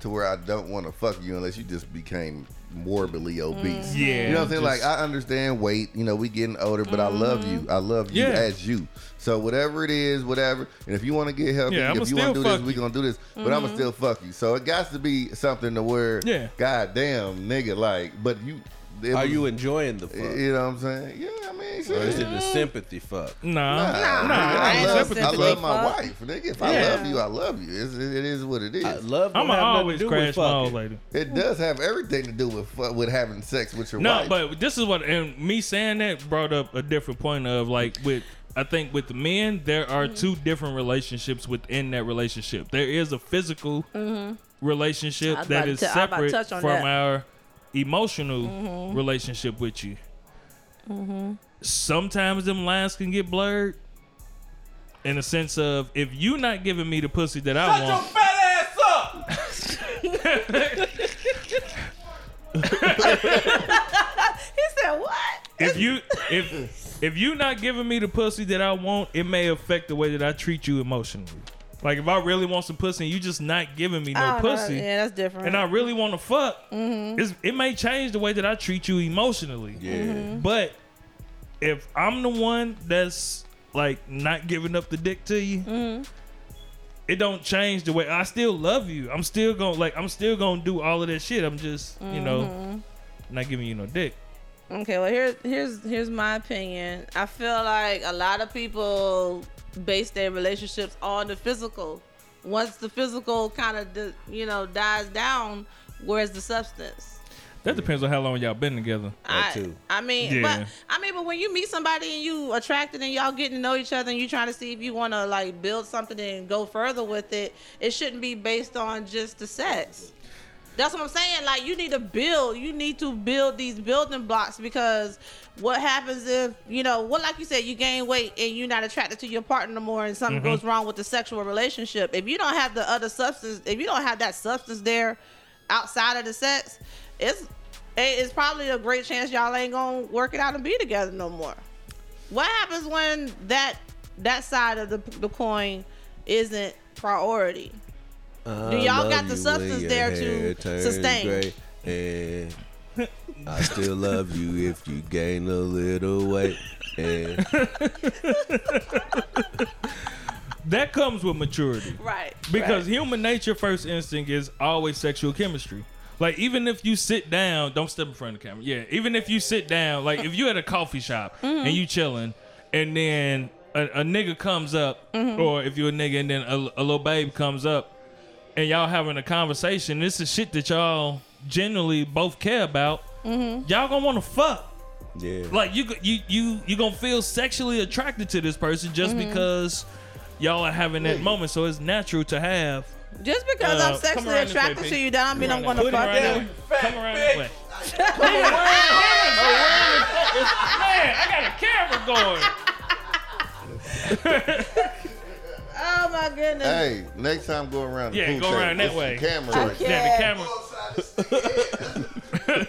S1: to where I don't want to fuck you unless you just became morbidly obese.
S3: Yeah,
S1: you know what I'm saying. Like
S3: just-
S1: I understand weight. You know, we getting older, but I love you. I love you
S3: Yeah.
S1: as you. So whatever it is, whatever. And if you want to get healthy,
S3: Yeah, I'ma
S1: if you want
S3: still
S1: to do this,
S3: fuck
S1: we gonna do this. But I'ma still fuck you. So it got to be something to where,
S3: Yeah.
S1: goddamn nigga, like, but you. it
S4: Are
S1: was-
S4: you enjoying the fuck?
S1: You know what I'm saying? Yeah, I mean, shit.
S4: Or is it the sympathy fuck?
S3: Nah,
S1: Nah,
S3: nah,
S1: nigga, I,
S5: I
S1: love,
S5: ain't no
S1: I love my
S5: sympathy.
S1: wife, nigga. If I
S4: Yeah.
S1: love you, I love you. It's, it, it is what it is.
S4: I love. don't
S3: I'm gonna
S4: have nothing to
S3: always
S4: do with
S3: crash my old
S4: fucking.
S3: lady.
S1: it does have everything to do with fu- with having sex with your
S3: No,
S1: wife.
S3: but this is what and me saying that brought up a different point of like with I think with men there are two
S5: Mm-hmm.
S3: different relationships within that relationship. There is a physical
S5: Mm-hmm. I
S3: relationship
S5: was about
S3: that
S5: to
S3: is
S5: t- I was about to
S3: separate
S5: touch on
S3: from
S5: that. Mm-hmm.
S3: our emotional relationship with you. Sometimes them lines can get blurred. In the sense of if you not giving me the pussy that I want,
S5: he said, "What?
S3: if you if if you not giving me the pussy that I want, it may affect the way that I treat you emotionally. Like if I really want some pussy and you just not giving me no
S5: I don't know.
S3: pussy,
S5: Oh, Yeah, that's different.
S3: and I really want to fuck, it's, it may change the way that I treat you emotionally.
S4: Yeah.
S1: Mm-hmm.
S3: But if I'm the one that's like not giving up the dick to you, it don't change the way I still love you. I'm still gonna like I'm still gonna do all of that shit. I'm just you know not giving you no dick.
S5: Okay, well here's here's here's my opinion. I feel like a lot of people base their relationships on the physical. Once the physical kind of di- you know dies down, where's the substance?
S3: That depends on how long y'all been together.
S5: I,
S4: too.
S5: I mean,
S3: Yeah.
S5: but I mean, but when you meet somebody and you attracted and y'all getting to know each other and you trying to see if you want to like build something and go further with it, it shouldn't be based on just the sex. That's what I'm saying. Like you need to build. You need to build these building blocks because what happens if you know what, like you said, you gain weight and you're not attracted to your partner no more, and something goes wrong with the sexual relationship. If you don't have the other substance, if you don't have that substance there outside of the sex, it's it- it's probably a great chance y'all ain't gonna work it out and be together no more. What happens when that that side of the the coin isn't priority?
S4: Do
S5: y'all got the substance there to sustain?
S4: and I still love you if you gain a little weight. And
S3: That comes with maturity.
S5: Right.
S3: Because human nature first instinct is always sexual chemistry. Like even if you sit down, don't step in front of the camera. Yeah, even if you sit down, like if you at a coffee shop and you chilling, and then a, a nigga comes up, or if you're a nigga and then a, a little babe comes up, and y'all having a conversation, this is shit that y'all generally both care about. Y'all gonna want to fuck.
S4: yeah,
S3: Like you, you, you, you gonna feel sexually attracted to this person just
S5: Mm-hmm.
S3: because y'all are having that moment. So it's natural to have.
S5: Just because
S3: Uh,
S5: I'm
S3: come
S5: sexually
S3: around this way,
S5: attracted
S3: P.
S5: to you, that don't mean I'm gonna
S3: Put it
S5: fuck
S3: right that way.
S5: you.
S3: Come around that way. Man, I got a camera going.
S5: Oh my goodness.
S1: hey, next time go around. The
S3: Yeah,
S1: pool
S3: go
S1: table,
S3: around that
S1: put
S3: way.
S1: some Camera.
S5: I
S1: right
S5: can't.
S1: there.
S3: Yeah, the camera.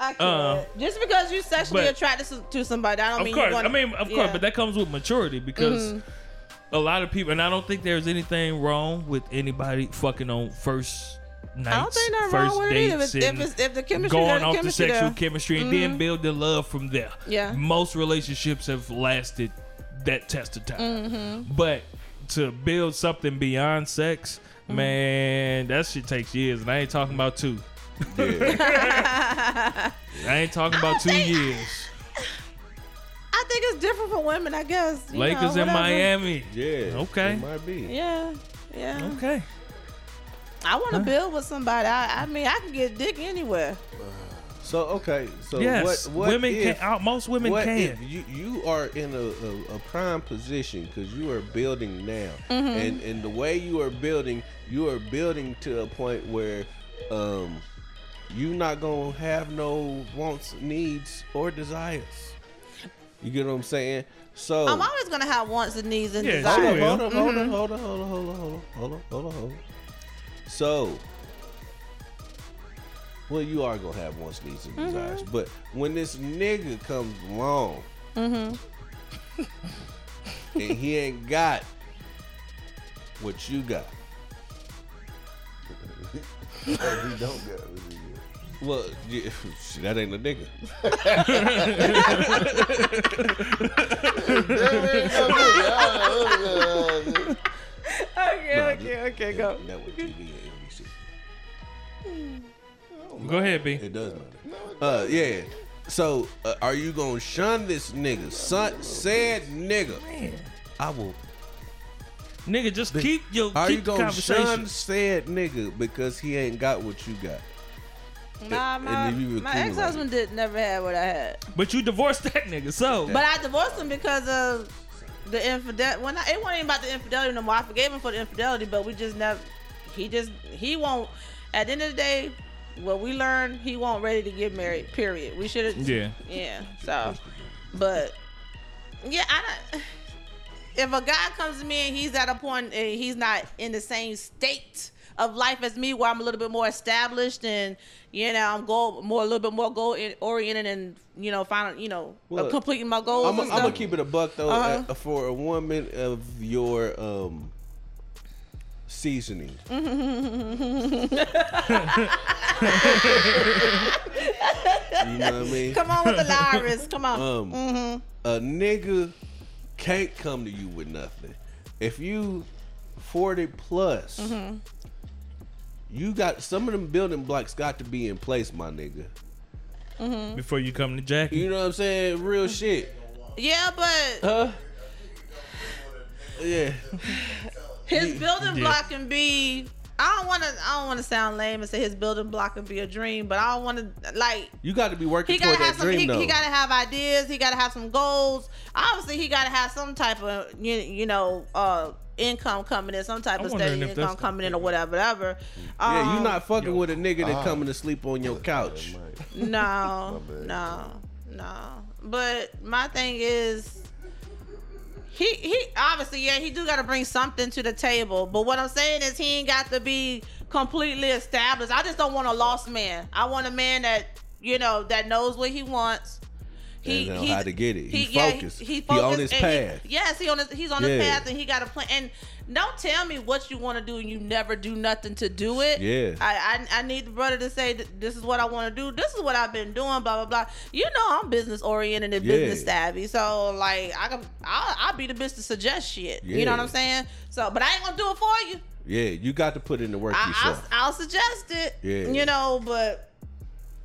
S5: I can't.
S3: Uh,
S5: Just because you're sexually
S3: but-
S5: attracted to- to somebody, that don't
S3: Of
S5: mean
S3: course,
S5: you
S3: I
S5: want.
S3: mean, of course, but that comes with maturity because
S5: Mm-hmm.
S3: a lot of people, and I don't think there's anything wrong with anybody fucking on first nights,
S5: I don't think nothing
S3: first
S5: wrong with it
S3: dates,
S5: either. If,
S3: and
S5: if, it's, if the chemistry, there,
S3: going
S5: the
S3: off the
S5: chemistry
S3: sexual
S5: there. Mm-hmm.
S3: chemistry and then build the love from there.
S5: Yeah.
S3: Most relationships have lasted that test of time.
S5: Mm-hmm.
S3: But to build something beyond sex,
S5: Mm-hmm.
S3: man, that shit takes years. And I ain't talking about two. I ain't talking about two
S5: think-
S3: years.
S5: I think it's different for women, I guess. you know,
S3: Lakers in
S5: whatever.
S3: Miami.
S4: Yeah.
S3: Okay.
S4: It might be.
S5: Yeah, yeah.
S3: Okay.
S5: I want to build with somebody. I, I mean, I can get dick anywhere.
S4: So okay. So
S3: yes.
S4: what, what
S3: women
S4: if,
S3: can. out most women
S4: what
S3: can.
S4: if you you are in a, a, a prime position because you are building now, and and the way you are building, you are building to a point where, um, you not gonna have no wants, needs, or desires. You get what I'm saying? So
S5: I'm always gonna have wants and needs and
S3: Yeah,
S5: desires.
S3: sure.
S4: Hold on, hold on, hold on, hold on, hold on, hold on, hold on, hold on, hold on. So, well, you are gonna have wants, needs, and desires, but when this nigga comes along, and he ain't got what you got,
S1: We don't got what we got.
S4: well, yeah, that ain't a nigga.
S1: There ain't no nigga. I- I- I-
S5: Okay, okay, okay, go.
S4: Network TV and NBC.
S3: Go ahead, B.
S4: It does matter. Uh, yeah. So, uh, are you gonna shun this nigga, son? Said nigga. I will.
S3: Nigga, just keep your
S4: Are
S3: keep
S4: you
S3: the
S4: gonna shun
S3: conversation.
S4: said nigga because he ain't got what you got?
S5: Nah,
S4: And
S5: my,
S4: if you
S5: my
S4: accumulate.
S5: ex-husband did never had what I had,
S3: But you divorced that nigga, so
S5: but I divorced him because of the infidel. When I, it wasn't even about the infidelity no more. I forgave him for the infidelity, but we just never. He just he won't. At the end of the day, what we learned, he won't ready to get married. Period. We should have.
S3: Yeah.
S5: Yeah. So, but yeah, I don't. If a guy comes to me and he's at a point and he's not in the same state of life as me, where I'm a little bit more established and you know I'm goal more a little bit more goal in- oriented and you know final you know
S4: Well,
S5: completing my goals.
S4: I'm
S5: and
S4: gonna
S5: stuff.
S4: keep it a buck though.
S5: Uh-huh.
S4: uh, for a woman of your um seasoning, you know what I mean?
S5: Come on with the lyris. Come on.
S4: Um,
S5: Mm-hmm.
S4: a nigga can't come to you with nothing. If you forty plus,
S5: Mm-hmm.
S4: you got some of them building blocks got to be in place, my nigga.
S3: before you come to Jackie.
S4: You know what I'm saying? Real shit.
S5: yeah, but
S4: Huh? Yeah.
S5: his building
S3: yeah.
S5: block can be. I don't want to. I don't want to sound lame and say his building block can be a dream, but I don't want to like.
S4: You got to be working
S5: He gotta
S4: toward that
S5: have some.
S4: dream,
S5: He,
S4: though.
S5: he gotta have ideas. He gotta have some goals. Obviously, he gotta have some type of you, you know uh income coming in, some type
S3: I'm
S5: of
S3: wondering
S5: steady
S3: if that's
S5: income coming in or
S3: the-
S5: whatever. Whatever.
S4: yeah, you
S5: Um,
S4: not fucking with a nigga that coming to sleep on your couch.
S5: No,
S1: My bad.
S5: no, no. But my thing is, he he obviously yeah he do got to bring something to the table. But what I'm saying is he ain't got to be completely established. I just don't want a lost man. I want a man that you know that knows what he wants.
S4: And know how to get it. He focused.
S5: he, he
S4: He on
S5: focused
S4: his
S5: and he-
S4: path.
S5: yes, he on his, he's on his
S4: Yeah.
S5: path, and he got a plan. And don't tell me what you want to do and you never do nothing to do it.
S4: Yeah.
S5: I, I I need the brother to say th- this is what I want to do. This is what I've been doing. Blah blah blah. You know I'm business oriented and
S4: Yeah.
S5: business savvy, so like I can I'll, I'll be the bitch to suggest shit. You know what
S4: Yeah.
S5: I'm saying? So, but I ain't gonna do it for you.
S4: Yeah, you got to put in the work
S5: I,
S4: yourself.
S5: I'll, I'll suggest it.
S4: Yeah.
S5: You know, but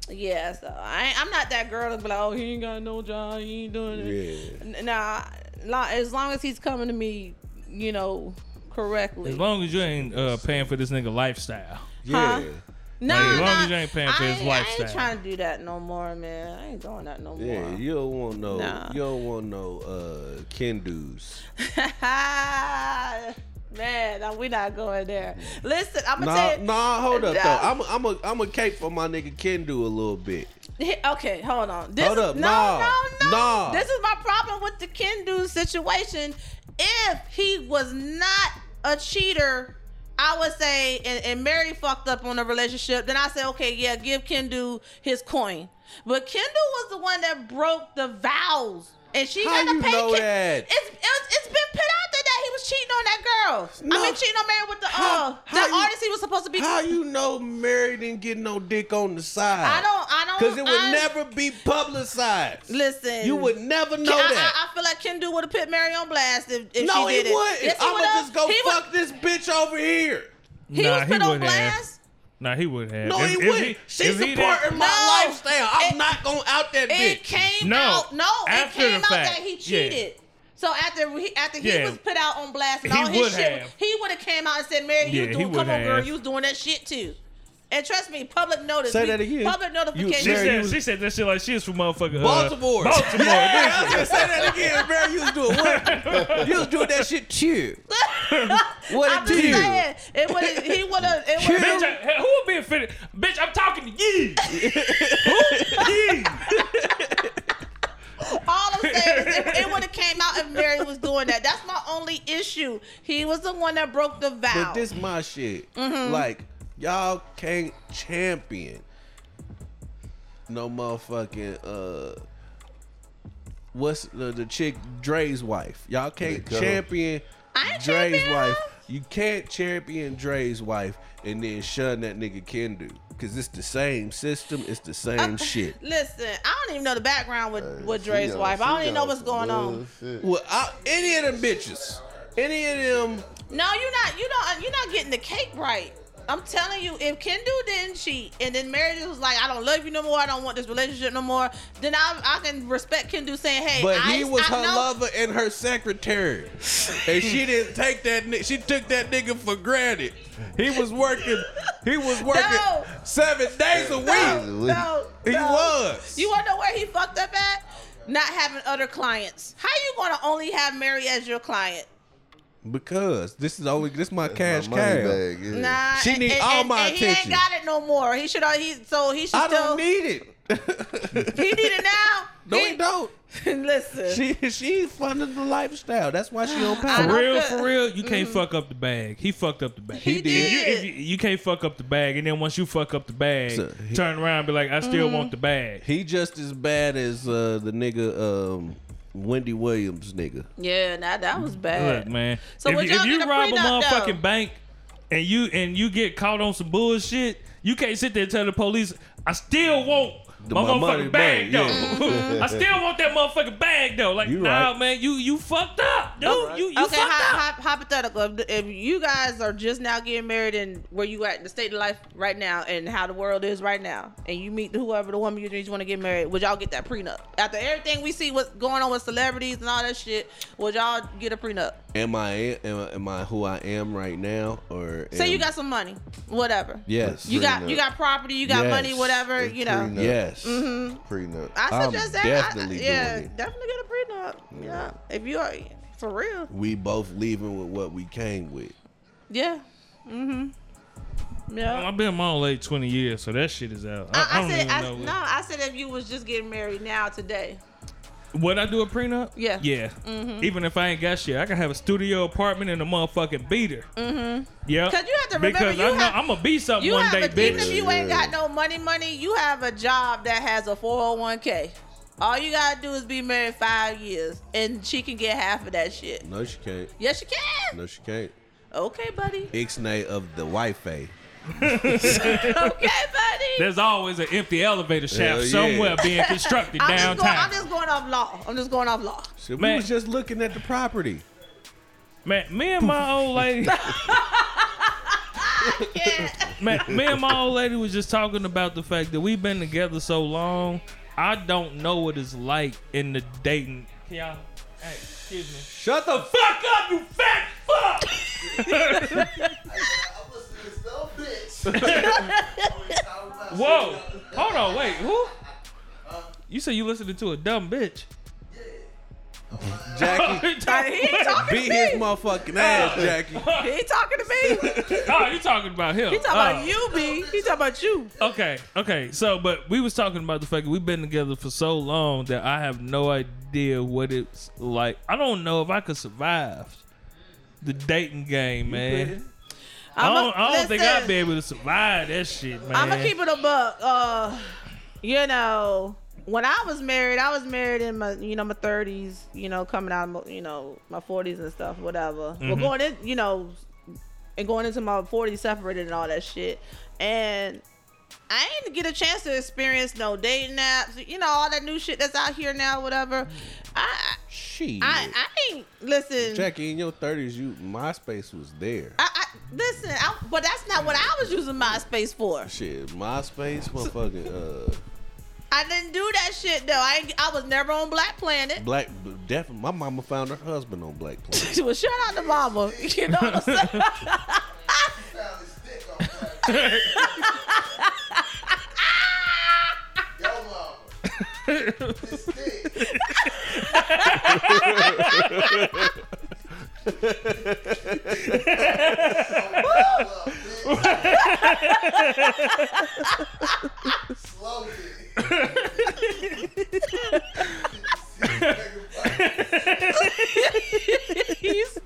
S5: yeah, so I ain't, I'm not that girl to be like, oh, he ain't got no job, he ain't doing it. Yeah. Nah, lo- as long as he's coming to me, you know, correctly.
S3: As long as you ain't uh, paying for this nigga lifestyle.
S4: yeah.
S5: Huh? no,
S3: Like, as
S5: no,
S3: long as you ain't paying for
S5: I
S3: his
S5: ain't- I
S3: lifestyle.
S5: ain't trying to do that no more, man. I ain't doing that no
S4: Yeah,
S5: more.
S4: you don't want no,
S5: Nah.
S4: you don't want no uh, Ken dudes.
S5: man, no, we not going there. Listen, I'm gonna
S4: Nah,
S5: tell you.
S4: nah, hold up
S5: Nah.
S4: though. I'm, I'm a, I'm a cape for my nigga Kendu a little bit.
S5: He- Okay, hold on. This
S4: Hold
S5: is,
S4: up.
S5: No,
S4: Nah.
S5: no, no.
S4: Nah.
S5: This is my problem with the Ken dude situation. If he was not a cheater, I would say, and, and Mary fucked up on the relationship, then I say, okay, yeah, give Kendu his coin. But Kendu was the one that broke the vows. And she
S4: How
S5: had to
S4: you
S5: pay
S4: know
S5: Ken-
S4: that?
S5: It's, it's, it's been put out there that he was cheating on that girl. I mean, cheating on Mary with the
S4: How-
S5: uh,
S4: how
S5: the
S4: you-
S5: artist he was supposed to be.
S4: How you know Mary didn't get no dick on the side?
S5: I don't. I don't.
S4: Because it would
S5: I-
S4: never be publicized.
S5: Listen,
S4: You would never know
S5: Ken- I,
S4: that.
S5: I, I feel like Ken do would have put Mary on blast if, if
S4: no,
S5: she did
S4: it
S5: it.
S4: wouldn't.
S5: Yes, he
S4: I'ma
S5: would've.
S4: just go
S5: He would-
S4: fuck this bitch over here.
S5: He
S3: Nah,
S5: was
S3: he
S5: put on
S3: wouldn't have.
S5: blast.
S3: No, he would have.
S4: No,
S3: If-
S4: he
S3: if
S4: wouldn't. She's
S3: if he didn't-
S4: supporting my
S5: No.
S4: lifestyle. I'm
S5: It-
S4: not going to out that bitch.
S5: It came
S3: No,
S5: out. No, it
S3: after the
S5: came out
S3: fact.
S5: that he
S3: Yeah.
S5: cheated. So after he after he
S3: Yeah.
S5: was put out on blast and
S3: He
S5: all his
S3: would
S5: shit,
S3: have.
S5: he would have came out and said, "Mary, you
S3: Yeah, he
S5: doing?
S3: would
S5: Come on, girl,
S3: have.
S5: you was doing that shit too." And trust me, public notice.
S4: Say
S5: we-
S4: that again.
S5: Public
S3: She
S5: notification.
S4: Mary,
S3: said,
S4: you-
S3: she said that shit like she was from motherfucking uh,
S4: Baltimore.
S3: Baltimore.
S4: Yeah, I
S3: bitch.
S4: was gonna say that again, Mary. You was doing what? You was doing that shit chill. What
S5: I'm
S4: it
S5: just
S4: do?
S5: saying, it would have. He would have. It would
S3: Bitch,
S5: have.
S3: I- who would be offended? Bitch, I'm talking to you. who? Ye.
S5: All I'm saying is, it, it would have came out if Mary was doing that. That's my only issue. He was the one that broke the vow.
S4: But this my shit.
S5: Mm-hmm.
S4: Like y'all can't champion no motherfucking uh what's the, the chick Dre's wife. Y'all can't
S1: Nicole.
S4: champion
S5: I
S4: Dre's
S5: ain't champion her.
S4: wife. You can't champion Dre's wife and then shun that nigga Ken do. Cause it's the same system, it's the same shit.
S5: Listen, I don't even know the background with, with
S1: She
S5: Dre's
S1: on-
S5: wife. I
S1: she
S5: don't even know
S1: on
S5: what's
S1: some
S5: going on.
S1: bullshit.
S4: Well, I, any of them bitches, any of them
S5: No, you're not. You don't. You're not getting the cake right. I'm telling you, if Kendu didn't cheat and then Mary was like, "I don't love you no more. I don't want this relationship no more," then I I can respect Kendu saying, "Hey,
S4: But
S5: I,
S4: he was
S5: I
S4: her
S5: know-
S4: lover and her secretary, and she didn't take that. ni- She took that nigga for granted. He was working. He was working
S5: No.
S4: seven days a
S5: No,
S4: week.
S5: no,
S4: He
S5: no.
S4: was.
S5: You want to know where he fucked up at? Not having other clients. How you gonna only have Mary as your client?
S4: Because this is only this my
S1: That's
S4: cash
S1: my money
S4: cow.
S1: bag, yeah.
S5: Nah,
S4: Mm. She
S5: and-
S4: need
S5: and-
S4: all
S5: and-
S4: my
S5: and
S4: attention.
S5: He ain't got it no more. He should. uh, He so he should
S4: I
S5: still.
S4: don't need it.
S5: he need it now.
S4: no, he don't.
S5: Listen,
S4: She she funding the lifestyle. That's why she on
S5: I
S3: For
S5: don't
S4: power.
S3: real,
S5: feel-
S3: for real, you can't fuck up the bag. He fucked up the bag.
S5: he,
S4: Mm-hmm. he did.
S5: did.
S3: You, if you, you can't fuck up the bag, and then once you fuck up the bag,
S4: So, he- Mm-hmm.
S3: turn around and be like, I still want the bag.
S4: He just as bad as uh, the nigga um, Wendy Williams nigga.
S5: yeah, nah, that was bad.
S3: Look, man.
S5: So
S3: if
S5: would
S3: you, if
S5: y'all
S3: you
S5: get a
S3: rob a
S5: prenup,
S3: motherfucking
S5: though?
S3: bank and you and you get caught on some bullshit, you can't sit there and tell the police, I still want my,
S4: my
S3: motherfucking
S4: money
S3: bag,
S4: back,
S3: though. I still want that motherfucking bag though. Like,
S4: You
S3: nah,
S4: right.
S3: man, you you fucked up, dude. You you fucked
S5: okay,
S3: up.
S5: hy- hy- hypothetical. If, if you guys are just now getting married and where you at, the state of life right now, and how the world is right now, and you meet whoever the woman you just want to get married, would y'all get that prenup? After everything we see, what's going on with celebrities and all that shit, would y'all get a prenup?
S4: Am I am I, am I who I am right now or
S5: Say you
S4: am-
S5: got some money, whatever.
S4: yes
S5: You got
S1: Prenup.
S5: you got property, you got
S4: Yes.
S5: money, whatever.
S1: It's
S5: You know.
S1: prenup.
S4: yes.
S1: Prenup.
S5: Mm-hmm. I
S4: I'm
S5: suggest that. I-
S4: definitely
S5: yeah,
S4: doing it.
S5: definitely get a prenup. Yeah, if you are for real.
S4: we both leaving with what we came with.
S5: Yeah. Mhm. Yeah.
S3: I've been my late twenty years, so that shit is out. I, I
S5: I, I
S3: don't
S5: said,
S3: even
S5: I,
S3: know.
S5: no, I said if you was just getting married now today.
S3: Would I do a prenup?
S5: Yeah. Mm-hmm.
S3: Yeah. Even if I ain't got shit, I can have a studio apartment and a motherfucking beater. Mm-hmm. Yeah.
S5: 'Cause you have to remember,
S3: because
S5: you
S3: I know
S5: have-
S3: I'm gonna be something
S5: You
S3: one
S5: have
S3: day,
S5: a, even if
S3: bitch.
S5: you ain't got no money, money, you have a job that has a 401k. All you gotta do is be married five years, and she can get half of that shit.
S4: No, she can't.
S5: Yes, she can.
S4: No, she can't.
S5: Okay, buddy.
S4: Ixnay of the eh? wifey.
S5: Okay, buddy.
S3: There's always an empty elevator shaft
S4: Hell yeah.
S3: somewhere being constructed
S5: I'm just, going,
S3: downtown.
S5: I'm just going off law. I'm just going off law.
S4: So we
S3: Man.
S4: was just looking at the property.
S3: Man, me and my old lady,
S5: Yeah.
S3: man, me and my old lady was just talking about the fact that we've been together so long. I don't know what it's like in the dating. Yeah. Hey, excuse me.
S4: Shut the fuck.
S3: Fuck up, you fat fuck. Whoa. Hold on, wait, who? You said you listening to a dumb bitch.
S4: Jackie.
S5: Like, he ain't talking
S4: Beat
S5: to me.
S4: his motherfucking ass, Jackie.
S5: He ain't talking to me.
S3: oh, you talking about him.
S5: He talking
S3: Oh.
S5: about you, B. He talking about you.
S3: Okay, okay. So, but we was talking about the fact that we've been together for so long that I have no idea what it's like. I don't know if I could survive the dating game, man. I
S5: I'ma-
S3: don't, I don't think
S5: listen.
S3: I'd be able to survive that shit, man.
S5: I'm gonna keep it a buck. Uh, you know, when I was married, I was married in my you know my thirties, you know, coming out of my- you know my forties and stuff, whatever.
S3: Mm-hmm.
S5: But going in, you know, and going into my forties, separated and all that shit, and I ain't get a chance to experience no dating apps, you know, all that new shit that's out here now, whatever. I
S4: She.
S5: I, I ain't listen.
S4: Jackie, in your thirties, you MySpace was there.
S5: I, I listen, I, but that's not what I was using MySpace for.
S4: Shit, MySpace, motherfucking uh,
S5: I didn't do that shit though. I ain't, I was never on Black Planet.
S4: black. Def, my mama found her husband on Black Planet.
S5: well, shout out to Mama. You know what I'm saying? you,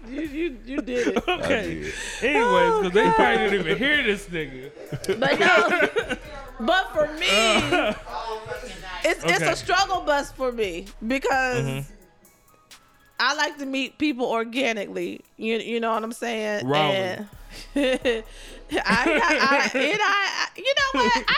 S5: you, you, you did it.
S3: Okay. Anyways, because
S5: Oh,
S3: they probably didn't even hear this nigga.
S5: But no, but for me, it's it's
S3: Okay. Mm-hmm.
S5: a struggle bus for me because I like to meet people organically. You you know what I'm saying?
S3: Wrong.
S5: And I, I, I, and I, I- you know what? I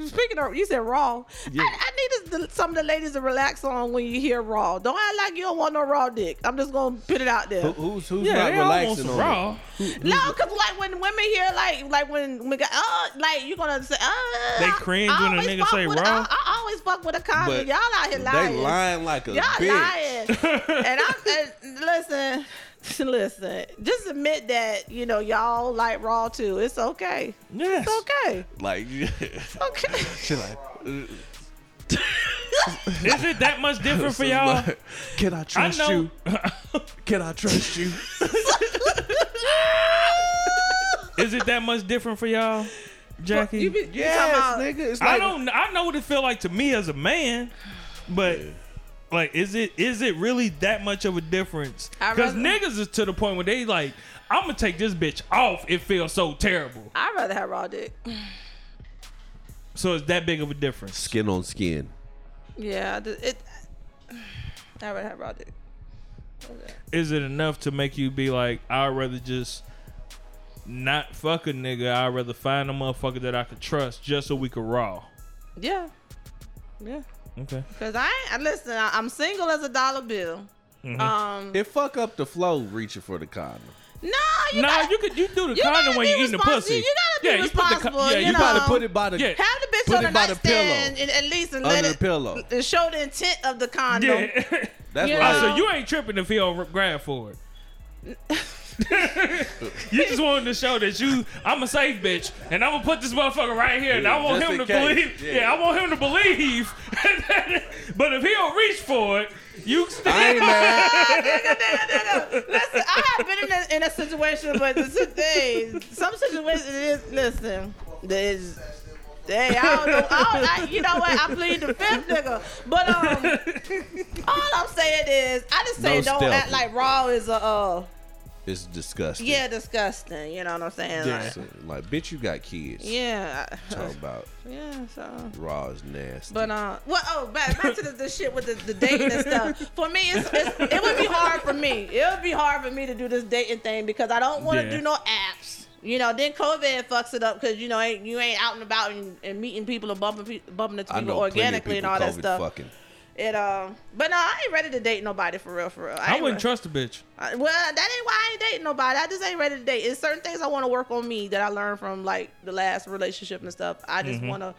S5: need speaking of you said raw.
S3: Yeah.
S5: I, I need this- some of the ladies to relax on when you hear raw. Don't act like you don't want no raw dick. I'm just gonna put it out there.
S4: Who, who's who's
S3: Yeah,
S4: not
S3: they all want
S4: relaxing
S3: some
S4: on?
S3: raw.
S5: No, because like when women hear like like when we got oh like you gonna say oh
S3: They
S5: I-
S3: cringe
S5: I
S3: when a
S5: always
S3: nigga
S5: fuck
S3: say
S5: with-
S3: raw.
S5: I, I always fuck with a condom.
S4: But
S5: Y'all out here
S4: They
S5: lying.
S4: lying like a
S5: Y'all
S4: bitch.
S5: lying. and I said, listen, listen, just admit that you know y'all like raw too. It's okay.
S3: Yes.
S5: It's okay.
S4: Like,
S5: Okay.
S4: she like. uh,
S3: Is it that much different for y'all?
S4: Can I
S3: I
S4: trust
S3: know.
S4: you? Can I trust you?
S3: Is it that much different for y'all, Jackie?
S5: You be, you talking
S4: Yes,
S5: about-
S4: nigga. It's like
S3: I don't. I know what it feel like to me as a man, but like, is it is it really that much of a difference?
S5: I
S3: Because
S5: rather-
S3: niggas is to the point where they like, I'm gonna take this bitch off. It feels so terrible.
S5: I'd rather have raw dick.
S3: So it's that big of a difference.
S4: skin on skin.
S5: Yeah, I just- it. I'd rather have raw dick.
S3: Is it enough to make you be like, I'd rather just not fuck a nigga. I'd rather find a motherfucker that I could trust just so we could raw.
S5: Yeah. Yeah.
S3: Okay.
S5: Cause I, ain't- I listen. I, I'm single as a dollar bill. Um,
S4: Mm-hmm. It fuck up the flow reaching for the condom.
S5: no, you
S3: Nah,
S5: got,
S3: you could you do the
S5: you
S3: condom
S5: gotta
S3: when
S5: be
S3: you eating the
S5: respons-
S3: pussy.
S5: you gotta be
S3: You put the,
S5: responsible,
S3: co- yeah,
S5: you
S3: you
S5: know.
S3: put-
S4: Probably put it by the
S3: Yeah.
S5: have the bitch
S4: Put
S5: on
S4: it
S5: the
S4: by the
S5: nightstand
S4: pillow.
S5: and at least and let
S4: under the
S5: it
S4: pillow.
S5: and show the intent of the condom.
S3: yeah.
S4: That's
S5: Yeah.
S3: Ah, so
S4: like
S3: you ain't tripping if he don't grab for it. you just wanted to show that you, I'm a safe bitch, and I'm gonna put this motherfucker right here, and I
S4: Yeah,
S3: want
S4: just
S3: him to
S4: in case.
S3: believe. Yeah.
S4: Yeah.
S3: I want him to believe. but if he don't reach for it, you still.
S4: I ain't mad.
S5: Listen, I have been in a, in a situation, but this is thing. Some situations it is. Listen, there is. Hey, I don't know. I don't, I, you know what? I plead the fifth, nigga. But um, all I'm saying is, I just say
S4: No
S5: don't act
S4: stealthy.
S5: like raw is a uh,
S4: It's disgusting.
S5: yeah, disgusting. You know what I'm saying?
S4: Yeah.
S5: Like,
S4: Like, bitch, you got kids.
S5: yeah,
S4: Talk about
S5: yeah. So.
S4: raw is nasty.
S5: But uh, well, oh, back, back to the, the shit with the, the dating and stuff. For me, it's, it's it would be hard for me. It would be hard for me to do this dating thing because I don't want to
S3: Yeah.
S5: do no apps. You know, then COVID fucks it up because you know ain't, you ain't out and about and, and meeting people and bumping pe- bumping into
S4: I
S5: people
S4: know
S5: organically
S4: plenty of
S5: and
S4: people
S5: all that
S4: COVID
S5: stuff.
S4: Fucking.
S5: It um, but no, I ain't ready to date nobody for real, for real.
S3: I
S5: ain't
S3: wouldn't
S5: re-
S3: trust a bitch.
S5: I- well, that ain't why I ain't dating nobody. I just ain't ready to date. It's certain things I want to work on me that I learned from like the last relationship and stuff. I just want to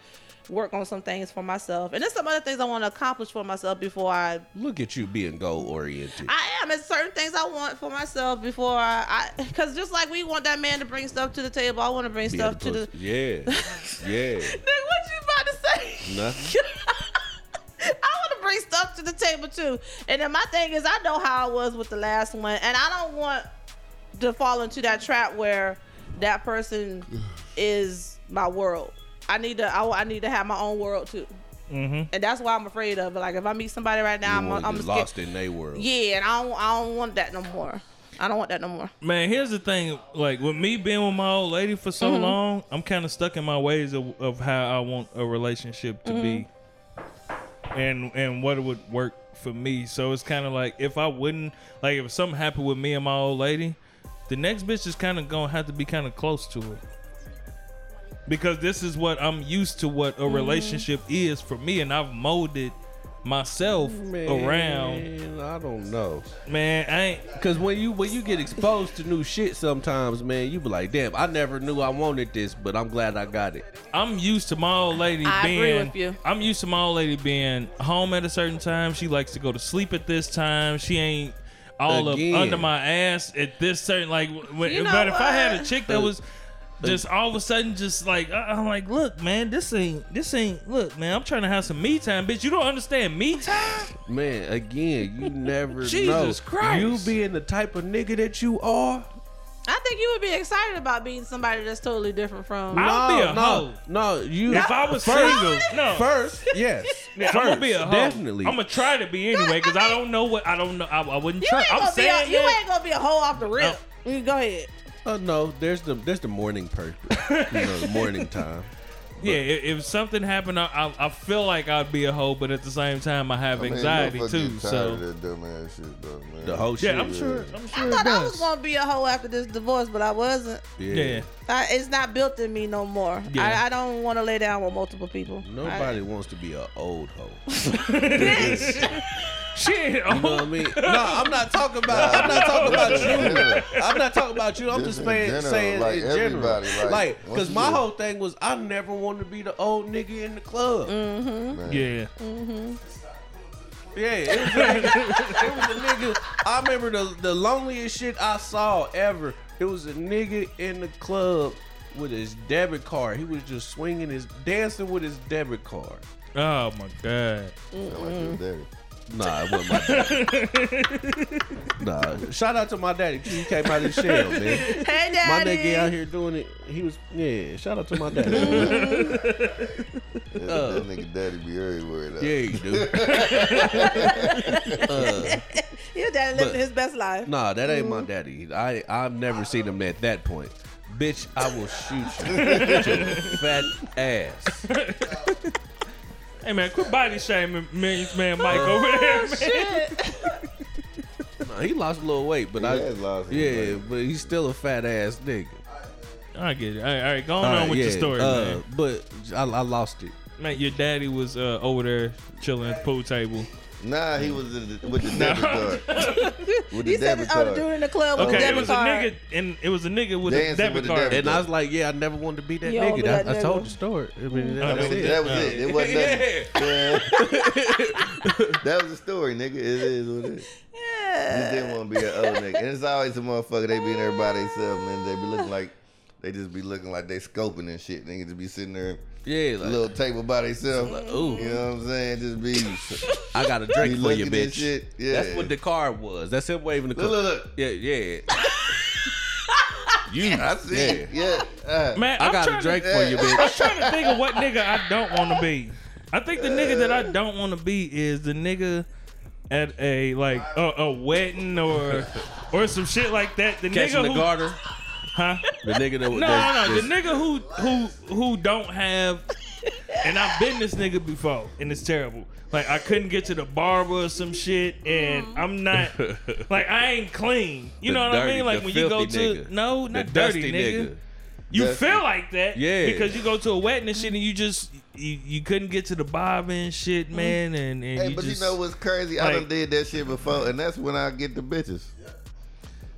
S5: work on some things for myself, and there's some other things I want to accomplish for myself before I.
S4: Look at you being goal oriented.
S5: I am. It's certain things I want for myself before I. Because just like we want that man to bring stuff to the table, I want to bring stuff to the.
S4: Yeah. yeah.
S5: Nigga, what you about to say?
S4: Nothing.
S5: I want to bring stuff to the table too. And then my thing is, I know how I was with the last one, and I don't want to fall into that trap where that person is my world. I need to, I, I need to have my own world too,
S3: Mm-hmm.
S5: and that's why I'm afraid of it. Like if I meet somebody right now,
S4: I'm,
S5: I'm, I'm scared.
S4: lost in their world.
S5: Yeah, and I don't, I don't want that no more. I don't want that no more.
S3: Man, here's the thing. Like with me being with my old lady for so long, I'm kind of stuck in my ways of, of how I want a relationship to be. and and what would work for me. So it's kind of like if I wouldn't like if something happened with me and my old lady, the next bitch is kind of gonna have to be kind of close to it. Because this is what I'm used to what a relationship is for me and I've molded myself around
S4: Man, I don't know.
S3: man I ain't
S4: Cause when you when you get exposed to new shit, sometimes man, you be like, damn, I never knew I wanted this, but I'm glad I got it.
S3: I'm used to my old lady
S5: I
S3: being.
S5: agree with you.
S3: I'm used to my old lady being home at a certain time. She likes to go to sleep at this time. She ain't all
S4: Again.
S3: up under my ass at this certain like. When,
S5: You know
S3: but if I had a
S5: what?
S3: chick that was
S4: Uh,
S3: just all of a sudden just like I- I'm like, look, man, this ain't this ain't look, man. I'm trying to have some me time, bitch. You don't understand me time.
S4: Man, again, you never know.
S3: Jesus Christ.
S4: You being the type of nigga that you are.
S5: I think you would be excited about being somebody that's totally different from.
S3: I- I'll be a
S4: no,
S3: hoe.
S4: No, you.
S3: If I was
S4: first,
S3: single, no.
S4: first, yes,
S3: Yeah,
S4: first,
S3: I'm gonna be a hoe.
S4: definitely.
S3: I'm gonna try to be anyway because I don't know what I don't know. I, I wouldn't
S5: you
S3: try.
S5: ain't
S3: I'm
S5: gonna be a,
S3: saying
S5: you
S3: that.
S5: ain't gonna be a hoe off the rip. You Mm, Go ahead.
S4: Uh, no, there's the there's the morning person. you know, the morning time.
S3: Yeah, if, if something happened, I, I I feel like I'd be a hoe, but at the same time, I have
S1: I mean,
S3: anxiety
S1: motherfucker
S3: too.
S1: get tired of
S3: So
S1: that dumb ass shit, though, man.
S4: The whole shit.
S3: yeah, I'm sure. I'm sure.
S5: I
S3: it
S5: thought I
S3: does.
S5: was gonna be a hoe after this divorce, but I wasn't.
S4: Yeah.
S3: Yeah,
S5: I, it's not built in me no more.
S3: Yeah.
S5: I, I don't want to lay down with multiple people.
S4: Nobody wants to be an old hoe.
S3: shit.
S4: You know what I mean? No, I'm not talking about. I'm not talking about you.
S1: Yeah.
S4: I'm not talking about you. I'm
S1: Just
S4: just
S1: in
S4: saying,
S1: general,
S4: saying
S1: like
S4: in general.
S1: everybody, like,
S4: Like,
S1: once
S4: because
S1: you
S4: my
S1: get-
S4: whole thing was, I never wanted to be the old nigga in the club.
S1: Man.
S3: oh, Yeah,
S4: Yeah, it was, a nigga, it was a nigga. I remember the the loneliest shit I saw ever. It was a nigga in the club with his debit card. He was just swinging his, dancing with his debit card.
S3: Oh my god.
S1: Sound like your daddy.
S4: Nah, it wasn't my daddy. nah, shout out to my daddy. He came out of the shell, man.
S5: Hey,
S4: My
S5: daddy.
S4: nigga out here doing it. He was yeah. Shout out to my daddy.
S1: That,
S5: Uh.
S1: that nigga daddy be everywhere, though.
S4: yeah, you do.
S5: Your daddy living
S4: But-
S5: his best life.
S4: Nah, that ain't my daddy. I I've never seen him at that point. Bitch, I will shoot you. With your fat ass.
S3: Hey man, quit body shaming, man, man Mike
S5: Oh,
S3: over there, man.
S4: Nah, he lost a little weight, but
S1: He
S4: I
S1: has lost his
S4: yeah,
S1: weight.
S4: but he's still a fat ass nigga.
S3: I get it. All right, all right go on,
S4: All right,
S3: with your
S4: yeah,
S3: story,
S4: uh,
S3: man.
S4: But I, I lost it.
S3: Man, your daddy was uh, over there chilling at the pool table.
S1: Nah, he was in the, with the debit card. With the
S5: You said
S1: debit
S5: it, oh,
S1: card.
S5: the dude in the club with the
S3: Okay, it
S5: debit
S3: was
S5: card.
S3: a nigga, and it was a nigga with a
S1: Dancing
S3: debit
S1: with the
S3: card.
S1: devil.
S4: And I was like, yeah, I never wanted to be that
S5: You don't
S4: nigga.
S5: be that
S4: I, I
S5: nigga.
S4: told the story. I mean,
S3: Oh,
S4: that
S1: That
S4: was
S1: was,
S4: it.
S1: that was it. It wasn't nothing. Yeah. that was the story, nigga. It is what it is. Just
S5: Yeah.
S1: didn't want to be an old nigga. And it's always a motherfucker. They be in there by themselves, and they be looking like they just be looking like they scoping and shit. Nigga just be sitting there,
S4: Yeah, like,
S1: little table by themselves.
S4: ooh.
S1: You know what I'm saying? Just be,
S4: I got a
S1: be
S4: drink for you,
S1: looking at
S4: bitch.
S1: shit. Yeah.
S4: That's what the card was. That's him waving the
S1: look,
S4: card.
S1: look, look.
S4: Yeah, yeah. you.
S1: I see. it. Yeah. Uh,
S3: man,
S4: I
S3: I'm
S4: got
S3: trying
S4: a
S3: to-
S4: drink for you, bitch.
S3: I'm trying to think of what nigga I don't want to be. I think the nigga that I don't want to be is the nigga at a like a, a wedding or or some shit like that. The
S4: Catching
S3: nigga
S4: the
S3: who,
S4: garter.
S3: huh?
S4: The nigga that
S3: No,
S4: that-
S3: no, no.
S4: that's-
S3: The nigga who who who don't have. And I've been this nigga before, and it's terrible. Like I couldn't get to the barber or some shit, and I'm not like I ain't clean. You
S4: The
S3: know what I
S4: dirty-
S3: mean? Like
S4: the
S3: when you go to
S4: filthy nigga.
S3: no,
S4: the
S3: not
S4: dusty
S3: dirty
S4: nigga.
S3: nigga. You
S1: That's-
S3: feel like that,
S4: Yeah.
S3: because you go to a wedding and shit, and you just you, you couldn't get to the bob and shit, man, and, and
S1: Hmm? Hey,
S3: you
S1: but
S3: just
S1: you know what's crazy? I
S3: like-
S1: done did that shit before, and that's when I get the bitches.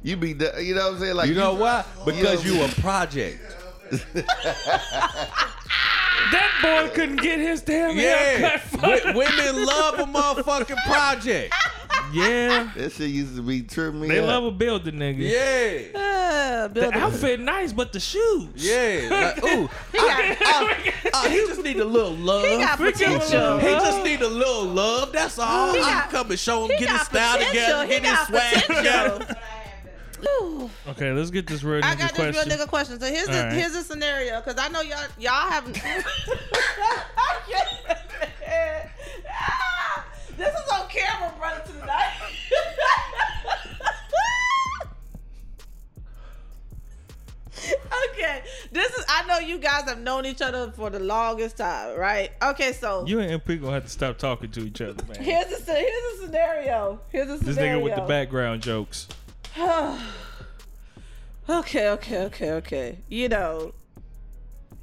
S1: You be, the, you know what I'm saying? Like
S4: You know why? Because
S1: Yo.
S4: you a project.
S3: that boy couldn't get his damn
S4: Yeah.
S3: haircut.
S4: Wo- women love a motherfucking project.
S3: yeah,
S1: That shit used to be tripping me
S3: they
S1: up.
S3: love a builder, nigga.
S4: Yeah.
S5: Uh, build
S3: The
S5: a-
S3: outfit nice, but the shoes.
S4: Yeah. Like, ooh.
S5: He got,
S1: Ah.
S4: I, I, he just need a little love.
S5: he got potential.
S4: He just need a little love. That's all.
S5: He
S4: I
S5: got-
S4: can come and show him,
S5: He
S4: get his
S5: got
S4: style
S5: potential.
S4: together,
S5: He
S4: get his
S5: got
S4: swag together.
S5: potential. Ooh.
S3: Okay, let's get this real
S5: I
S3: nigga
S5: got this
S3: question.
S5: real nigga question. So here's the
S3: All right.
S5: here's the scenario because I know y'all y'all haven't. this is on camera, brother. Tonight. okay, this is. I I know you guys have known each other for the longest time, right? Okay, so
S3: You and MP gonna have to stop talking to each other, man.
S5: here's a sce- here's a scenario. Here's a
S3: this
S5: scenario.
S3: nigga with the background jokes.
S5: okay, okay, okay, okay. You know,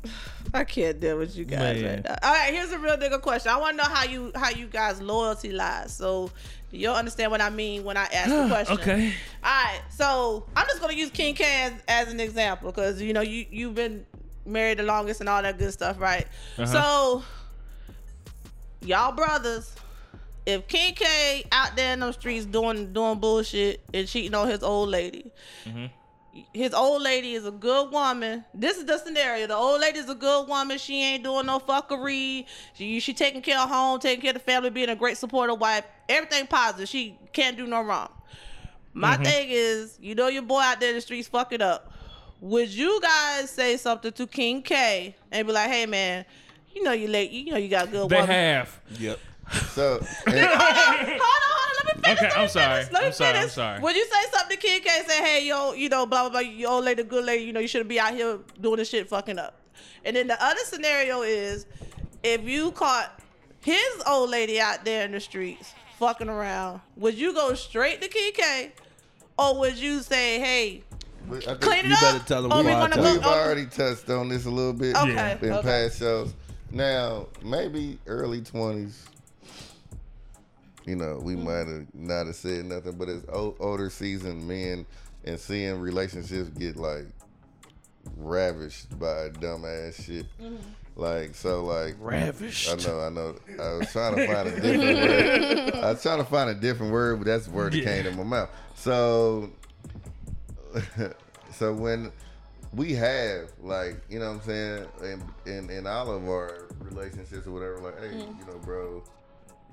S5: I can't deal with you guys
S3: Man.
S5: right now. All right, here's a real nigga question. I want to know how you how you guys loyalty lies. So you'll understand what I mean when I ask the question.
S3: Ah, Okay.
S5: All right, so I'm just gonna use King Can as, as an example because you know you you've been married the longest and all that good stuff, right? So y'all brothers, if King K out there in them streets doing doing bullshit and cheating on his old lady, his old lady is a good woman. This is the scenario. The old lady is a good woman. She ain't doing no fuckery. She, she taking care of home, taking care of the family, being a great supportive wife. Everything positive. She can't do no wrong. My
S3: Mm-hmm.
S5: thing is, you know your boy out there in the streets fucking up. Would you guys say something to King K and be like, "Hey man, you know you late. You know you got a good
S3: They
S5: woman."
S3: have.
S4: Yep.
S1: So, and-
S5: hold on, hold on. Let me finish.
S3: Okay,
S5: let me
S3: I'm sorry.
S5: finish, Let me
S3: I'm sorry, I'm
S5: finish.
S3: sorry.
S5: Would you say something to Kid K and say, hey, yo, you know, blah, blah, blah, you old lady, good lady, you know, you shouldn't be out here doing this shit fucking up. And then the other scenario is if you caught his old lady out there in the streets fucking around, would you go straight to Kid K or would you say, hey,
S1: I think
S5: clean it
S4: You
S5: up?
S4: better tell 'em
S5: or
S4: who
S5: we
S4: I
S5: gonna
S4: told.
S5: go-
S1: We've already touched on this a little bit
S5: Okay, Yeah.
S1: in
S5: okay.
S1: past shows. Now, maybe early twenties. You know, we
S5: Mm-hmm.
S1: might have not have said nothing, but as o- older seasoned men and seeing relationships get like ravished by dumbass shit,
S5: Mm-hmm.
S1: like so, like
S4: Ravished.
S1: I know, I know. I was trying to find a different word. I was trying to find a different word, but that's the word that came to my mouth. So, so when we have like, you know what I'm saying, in in, in all of our relationships or whatever, like, hey,
S5: Mm-hmm.
S1: you know, bro.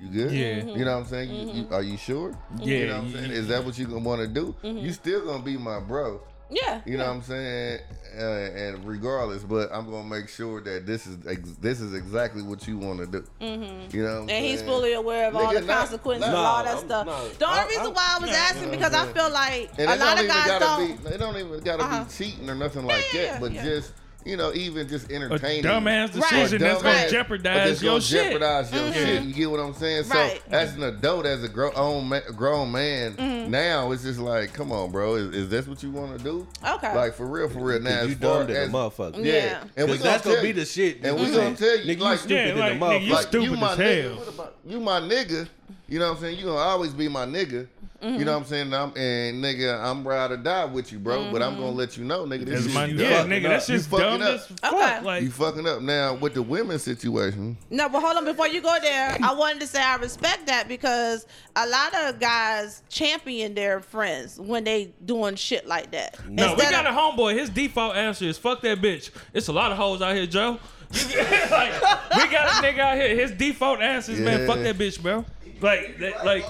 S1: You good?
S3: Yeah.
S1: You know what I'm saying? You, you,
S5: Mm-hmm.
S1: are you sure? You
S3: Yeah,
S1: know what I'm
S3: you-
S1: saying? Is that what you gonna want to do? You still gonna be my bro.
S5: Mm-hmm. yeah.
S1: You know what I'm saying? Uh, and regardless, but I'm gonna make sure that this is ex- this is exactly what you want to do. Mm-hmm. You know, what I'm
S5: And he's
S1: saying?
S5: fully aware of all
S1: Nigga,
S5: the
S1: nah,
S5: consequences and
S1: nah.
S5: all that
S4: No,
S5: stuff.
S4: no.
S5: the only
S4: I-
S5: reason
S4: I-
S5: why I was asking because I feel like
S1: And
S5: a
S1: it don't
S5: lot of
S1: even
S5: guys
S1: gotta
S5: don't.
S1: be. It don't even gotta
S5: Uh-huh.
S1: be cheating or nothing like
S5: Yeah, yeah,
S1: that. But
S5: yeah.
S1: just you know, even just
S3: A
S1: entertaining.
S3: dumbass
S5: Right. Mm-hmm.
S3: decision that's gonna
S1: Dumbass, but
S3: jeopardize
S1: that's
S3: your
S1: gonna
S3: shit.
S1: Jeopardize your shit. You get what I'm saying?
S5: Right.
S1: So as an adult, as a grown own ma- grown man,
S5: Mm-hmm.
S1: now it's just like, come on, bro, is, is this what you want to do?
S5: Okay.
S1: Like for real, for real. Now
S4: you
S1: as far
S4: dumb than
S1: as-
S4: a motherfucker.
S1: Yeah.
S5: Yeah.
S1: And we
S4: Cause that's
S1: tell
S4: gonna be
S1: you-
S4: the shit.
S1: And
S4: that
S1: we
S4: you
S1: gonna
S4: say.
S1: tell you,
S4: Nigga,
S1: like,
S4: you stupid
S3: Yeah, like,
S4: than a
S3: nigga, you
S4: motherfucker.
S3: stupid
S1: my
S3: as
S1: nigga.
S3: hell.
S1: What about- You my nigga. You know what I'm saying? You gonna always be my nigga. You know what I'm saying? And, I'm, and nigga, I'm ride or die with you, bro. But I'm gonna let you know, nigga. This
S3: That's
S1: is
S3: my,
S1: you
S3: yeah,
S1: fucking
S3: nigga,
S1: up.
S3: that's
S1: You
S3: just
S1: fucking
S3: dumb
S1: up.
S3: as fuck. Like,
S1: you fucking up now with the women's situation.
S5: No, but hold on. Before you go there, I wanted to say I respect that because a lot of guys champion their friends when they doing shit like that.
S3: no, we
S5: Instead
S3: got a
S5: of-
S3: homeboy. His default answer is "fuck that bitch." It's a lot of hoes out here, Joe. like, we got a nigga out here. His default answer is, "Man,
S1: Yeah.
S3: fuck that bitch, bro." Like, that, like,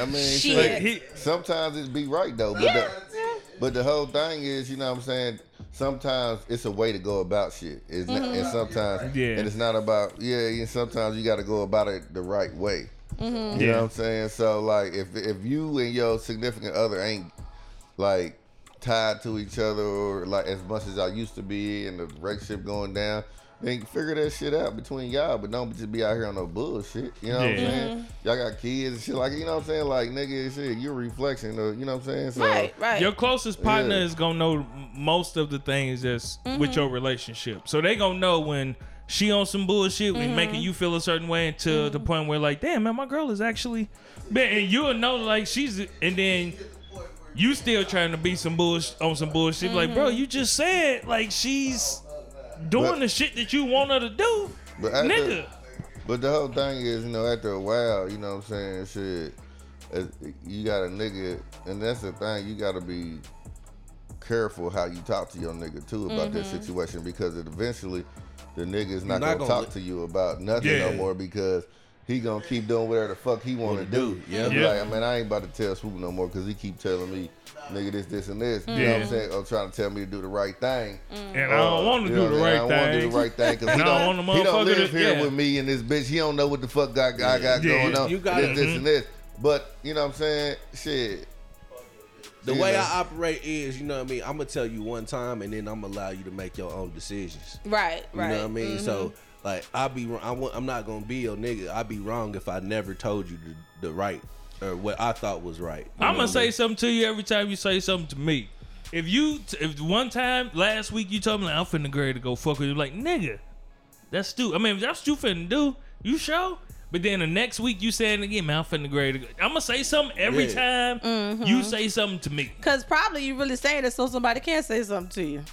S1: I mean,
S5: Shit.
S1: shit.
S3: he,
S1: sometimes it be right though. But, the, but the whole thing is, you know what I'm saying? Sometimes it's a way to go about shit. It's not, and sometimes
S3: Yeah.
S1: and it's not about yeah, and sometimes you gotta go about it the right way. You know
S3: Yeah.
S1: what I'm saying? So like if if you and your significant other ain't like tied to each other or like as much as y'all used to be and the relationship going down, then figure that shit out between y'all, but don't just be out here on no bullshit. You know what I'm
S3: Yeah.
S1: saying?
S5: Mm-hmm.
S1: Y'all got kids and shit like you know what I'm saying? Like nigga shit, you're a reflection of you know what I'm saying? So
S5: right, right.
S3: Your closest partner
S1: Yeah.
S3: is gonna know m- most of the things that's with your relationship, so they gonna know when she on some bullshit, when making you feel a certain way until the point where like, damn man, my girl is actually, man, and you'll know like she's, and then you still trying to be some bullshit on some bullshit, like bro, you just said like she's doing
S1: But-
S3: the shit that you want her to do,
S1: But after-
S3: nigga.
S1: But the whole thing is, you know, after a while, you know what I'm saying, shit, it- you got a nigga, and that's the thing, you got to be careful how you talk to your nigga too about this situation because it eventually the nigga's not, gonna,
S4: Not gonna
S1: talk
S4: li-
S1: to you about nothing no
S3: Yeah.
S1: more because he gonna keep doing whatever the fuck he want to do.
S4: do, yeah.
S1: He be
S3: Yeah.
S1: Like, I mean, I ain't about to tell Swoop no more because he keep telling me, nigga, this, this, and this. You know what
S3: Yeah.
S1: I'm saying? Or trying to tell me to do the right thing.
S3: And I don't want to
S1: Uh, You
S3: do
S1: know
S3: the
S1: what
S3: right
S1: I'm saying? I don't want to do
S3: thing.
S1: the right thing because he
S3: And I
S1: don't,
S3: don't want the
S1: he don't
S3: motherfucker
S1: live
S3: to-
S1: here
S3: yeah.
S1: with me and this bitch. He don't know what the fuck I, I got
S3: Yeah, hmm
S1: going on.
S4: you gotta-
S1: this, this and this. But you know what I'm saying? Shit.
S4: The
S1: You
S4: way
S1: know.
S4: I operate is, you know what I mean. I'm gonna tell you one time, and then I'm gonna allow you to make your own decisions.
S5: Right,
S4: You
S5: right.
S4: know what I mean? So like, I'll be, wrong- I want, I'm not gonna be your nigga. I'd be wrong if I never told you the, the right or what I thought was right. You
S3: I'm
S4: know what I
S3: gonna say
S4: mean?
S3: something to you every time you say something to me. If you, if one time last week you told me like, I'm finna grade to go fuck with you, like nigga, that's stupid. I mean, if that's what you finna do, you show. But then the next week you saying again, man, I'm finna grade. To go. I'm gonna say something every time you say something to me.
S5: Because probably you really saying it so somebody can say something to you.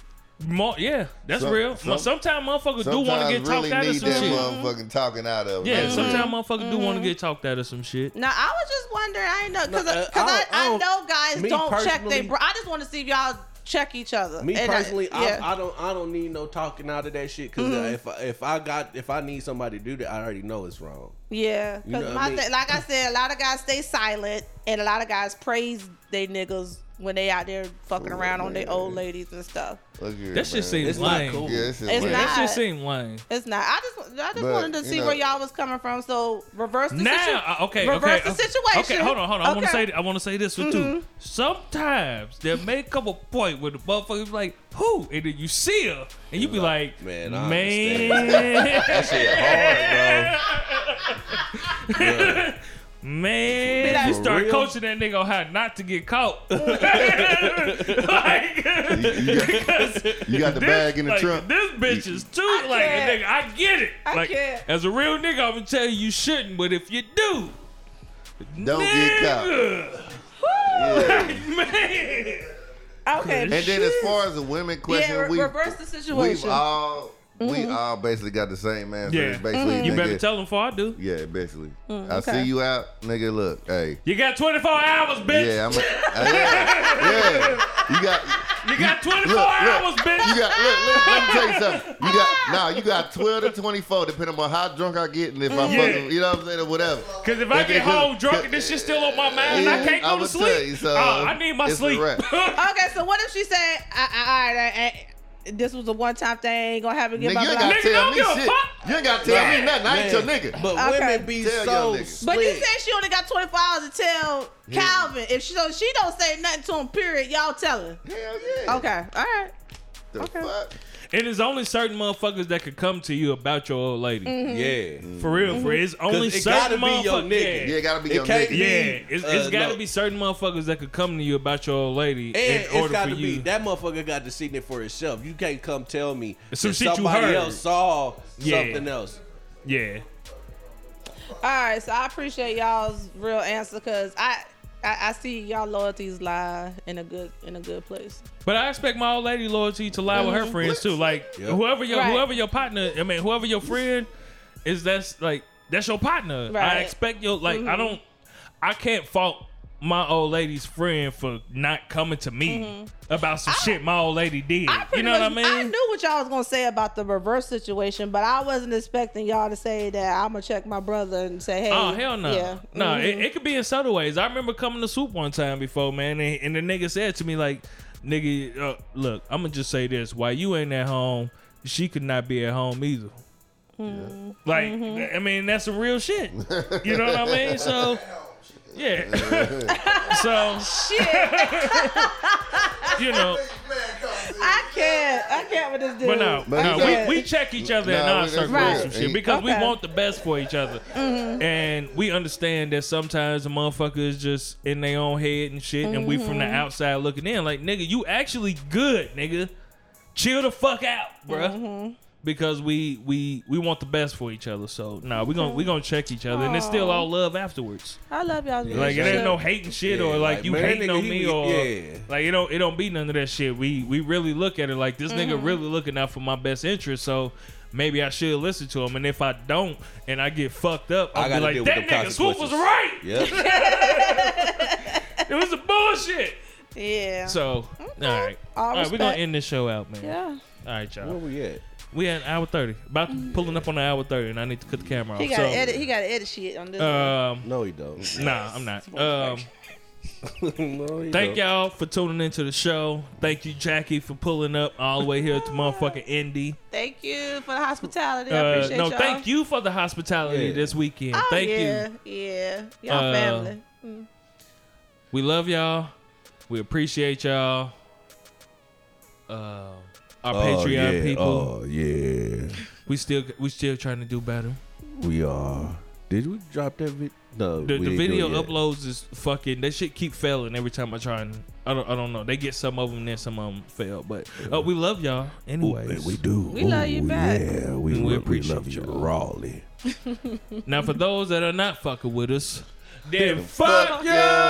S3: Mo- yeah, that's
S1: Some-
S3: real.
S1: some-
S3: sometimes motherfuckers do
S1: Sometimes
S3: want to get talked
S1: really
S3: out of
S1: need
S3: some
S1: that
S3: shit.
S1: motherfucking talking out of.
S3: Yeah,
S1: them.
S3: sometimes motherfuckers do want to get talked out of some shit.
S5: No, I was just wondering. I ain't know because
S4: No, uh, I
S5: I,
S4: don't- I
S5: I,
S4: don't-
S5: know guys
S4: me
S5: don't check
S4: personally-
S5: they. Br- I just want to see if y'all check each other.
S4: Me
S5: And
S4: personally,
S5: I, yeah.
S4: I, I don't, I don't need no talking out of that shit. Cause uh, if, I, if I got, if I need somebody to do that, I already know it's wrong.
S5: yeah,
S4: You know
S5: because
S4: what I
S5: my
S4: mean?
S5: thing, like I said, a lot of guys stay silent, and a lot of guys praise they niggas when they out there fucking around on their old ladies and stuff.
S1: Look here,
S3: That shit
S1: man.
S3: seems
S4: It's not
S3: lame.
S4: cool.
S1: Yeah, it's
S5: It's
S3: That
S5: not.
S3: shit seems lame.
S5: It's not. I just, I just
S1: But,
S5: wanted to
S1: you
S5: see
S1: know-
S5: where y'all was coming from. So reverse the situation.
S3: Now, uh, okay,
S5: reverse
S3: okay,
S5: the
S3: okay.
S5: situation.
S3: Okay, hold on, hold on. I want to
S5: Okay. Mm-hmm.
S3: say, th- I want to say this one too. Sometimes there may come a point where the motherfucker's like, "Who?" and then you see her, and you be like,
S4: "Man,
S3: "Man,
S4: I
S3: man,
S4: Hard,
S3: man."
S5: like-
S3: you
S5: For
S3: start
S4: real?
S3: coaching that nigga on how not to get caught. like,
S1: You, you got, you got the bag in the
S3: like,
S1: trunk.
S3: This bitch is too like a
S5: can't.
S3: nigga. I get it.
S5: I
S3: like
S5: can't.
S3: as a real nigga, I'm gonna tell you you shouldn't, but if you do,
S1: Don't get caught.
S3: nigga, man.
S5: Okay.
S1: And then as far as the women question,
S5: yeah, re-
S1: we
S5: reverse the Mm-hmm. situation.
S1: we've all we all basically got the same answer.
S3: Yeah. Mm-hmm.
S1: It's Basically,
S3: You
S1: nigga,
S3: better tell them before I do.
S1: Yeah, basically. I
S5: Mm, okay.
S1: see you out, nigga. Look, hey.
S3: You got 24 hours, bitch.
S1: Yeah, I'm. A, yeah, yeah. You got.
S3: You got 24
S1: look,
S3: hours, bitch.
S1: You got look, look, let me tell you something. You got nah, you got twelve to twenty four, depending on how drunk I get and if I'm
S3: Yeah.
S1: fucking, you know what I'm saying, or whatever.
S3: Cause if I get home drunk and this shit still on my mind, and I can't go
S1: I'ma
S3: to
S1: tell
S3: sleep.
S1: you, so
S3: Uh, I need my
S1: it's a
S3: sleep.
S1: wrap.
S5: Okay, so what if she said, I, I, "All right, I, I, this was a one-time thing. Ain't gonna happen again."
S1: Nigga,
S5: Blah,
S1: you
S5: blah,
S1: ain't gotta
S3: Nigga,
S5: blah.
S1: tell
S3: don't
S1: me
S3: give a
S1: shit.
S3: fuck.
S1: You ain't gotta tell me nothing. I ain't your
S4: Man,
S1: nigga.
S4: But
S5: Okay.
S4: women be
S1: Tell y'all
S4: so
S1: niggas.
S4: slick.
S5: But you said she only got 24 hours to tell Calvin. If she so she don't say nothing to him, period. Y'all tell her.
S1: Hell yeah.
S5: Okay, all right.
S1: The fuck?
S3: And there's only certain motherfuckers that could come to you about your old lady.
S4: Mm-hmm. yeah,
S3: For real, for
S1: Mm-hmm.
S3: it's only
S4: it
S3: certain
S4: gotta be your
S3: motherfuckers.
S4: nigga.
S1: Yeah, it gotta be
S4: It
S1: your
S4: can't
S1: nigga.
S4: be-
S3: Yeah, it's, it's
S4: Uh,
S3: got to
S4: no.
S3: be certain motherfuckers that could come to you about your old lady
S4: and
S3: in
S4: it's
S3: order
S4: got
S3: for
S4: to
S3: you.
S4: be that motherfucker got to see it for himself. You can't come tell me
S3: It's some
S4: that
S3: shit you
S4: somebody
S3: heard.
S4: else saw
S3: Yeah.
S4: something else.
S3: yeah,
S5: All right, so I appreciate y'all's real answer because I, I I see y'all loyalties lie in a good in a good place.
S3: but I expect my old lady loyalty to lie with her friends too. Like
S4: Yep.
S3: whoever your
S5: Right.
S3: whoever your partner, I mean whoever your friend is, that's like that's your partner. I
S5: Right. Mm-hmm.
S3: expect your like I don't, I can't fault my old lady's friend for not coming to me about some shit my old lady did.
S5: Mm-hmm. I pretty
S3: You know what I
S5: much-
S3: mean?
S5: I knew what y'all was gonna say about the reverse situation, but I wasn't expecting y'all to say that I'm gonna check my brother and say, "Hey,
S3: Oh hell no!
S5: yeah,
S3: No,
S5: mhm.
S3: it, it could be in subtle ways. I remember coming to soup one time before, man, and, and the nigga said to me like, "Nigga, uh, look, I'm gonna just say this: while you ain't at home, she could not be at home either."
S5: Mm-hmm.
S3: Like, I mean, that's some real shit. You know what I mean? So, yeah. so
S5: shit,
S3: you know,
S5: I can't, I can't with this dude."
S3: but no,
S1: But
S3: no,
S1: you know-
S3: we, we check each other in
S1: Nah,
S3: our
S1: we-
S3: circles
S5: Right.
S3: and shit because
S5: Okay. Mm-hmm.
S3: we want the best for each other, and we understand that sometimes the motherfucker is just in their own head and shit, and we
S5: Mm-hmm.
S3: from the outside looking in, like nigga, you actually good, nigga, chill the fuck out, bruh.
S5: Mm-hmm.
S3: Because we we we want the best for each other, so nah, we gonna we gonna check each other, and it's still all love afterwards.
S5: I love y'all.
S3: Like it ain't no hating shit or
S4: Yeah,
S3: like,
S4: like,
S3: you
S4: man,
S3: hating
S4: nigga,
S3: on
S4: he
S3: me
S4: be-
S3: or
S4: yeah.
S3: like it don't it don't be none of that shit. We we really look at it like this nigga
S4: Mm-hmm.
S3: really looking out for my best interest, so maybe I should listen to him. And if I don't and I get fucked up,
S4: I
S3: I'll be
S4: gotta
S3: like
S4: deal with
S3: that
S4: them
S3: nigga Swoop was
S4: consequences."
S3: right.
S4: Yeah,
S3: It was a bullshit.
S5: Yeah.
S3: So
S4: Mm-hmm.
S3: all right,
S5: All
S3: all right, we're gonna
S5: respect.
S3: end this show out, man.
S5: yeah.
S3: All right, y'all.
S4: where we at?
S3: we at hour thirty, about
S4: Mm.
S3: to- pulling up on the hour thirty, and I need to cut the camera
S5: He
S3: off.
S5: got to
S3: So
S5: edit. He got to edit shit on this.
S3: um,
S4: No, he don't.
S3: nah, I'm not. Um.
S4: no, he
S3: Thank
S4: don't.
S3: y'all for tuning into the show. Thank you, Jackie, for pulling up all the way here to motherfucking Indy.
S5: thank you for the hospitality. I
S3: Uh,
S5: appreciate
S3: no,
S5: y'all.
S3: thank you for the hospitality
S4: Yeah.
S3: this weekend.
S5: Oh,
S3: thank
S5: yeah,
S3: you.
S5: Yeah. Y'all
S3: Uh,
S5: family.
S3: We love y'all. We appreciate y'all. Uh, our
S4: Oh,
S3: Patreon
S4: yeah.
S3: people.
S4: Oh yeah,
S3: We still we still trying to do better.
S4: we are. Did we drop that video? No,
S3: The, the
S4: we didn't do it
S3: video
S4: yet.
S3: uploads is fucking. That shit keep failing every time I try and I don't I don't know. They get some of them, then some of them fail. But uh, we love y'all
S4: Ooh,
S3: anyways.
S4: we do.
S5: We love you
S4: Ooh,
S5: back.
S4: Yeah, we,
S3: And we
S4: we
S3: appreciate
S4: love you,
S3: y'all.
S4: Raleigh.
S3: now for those that are not fucking with us, then fuck
S5: y'all.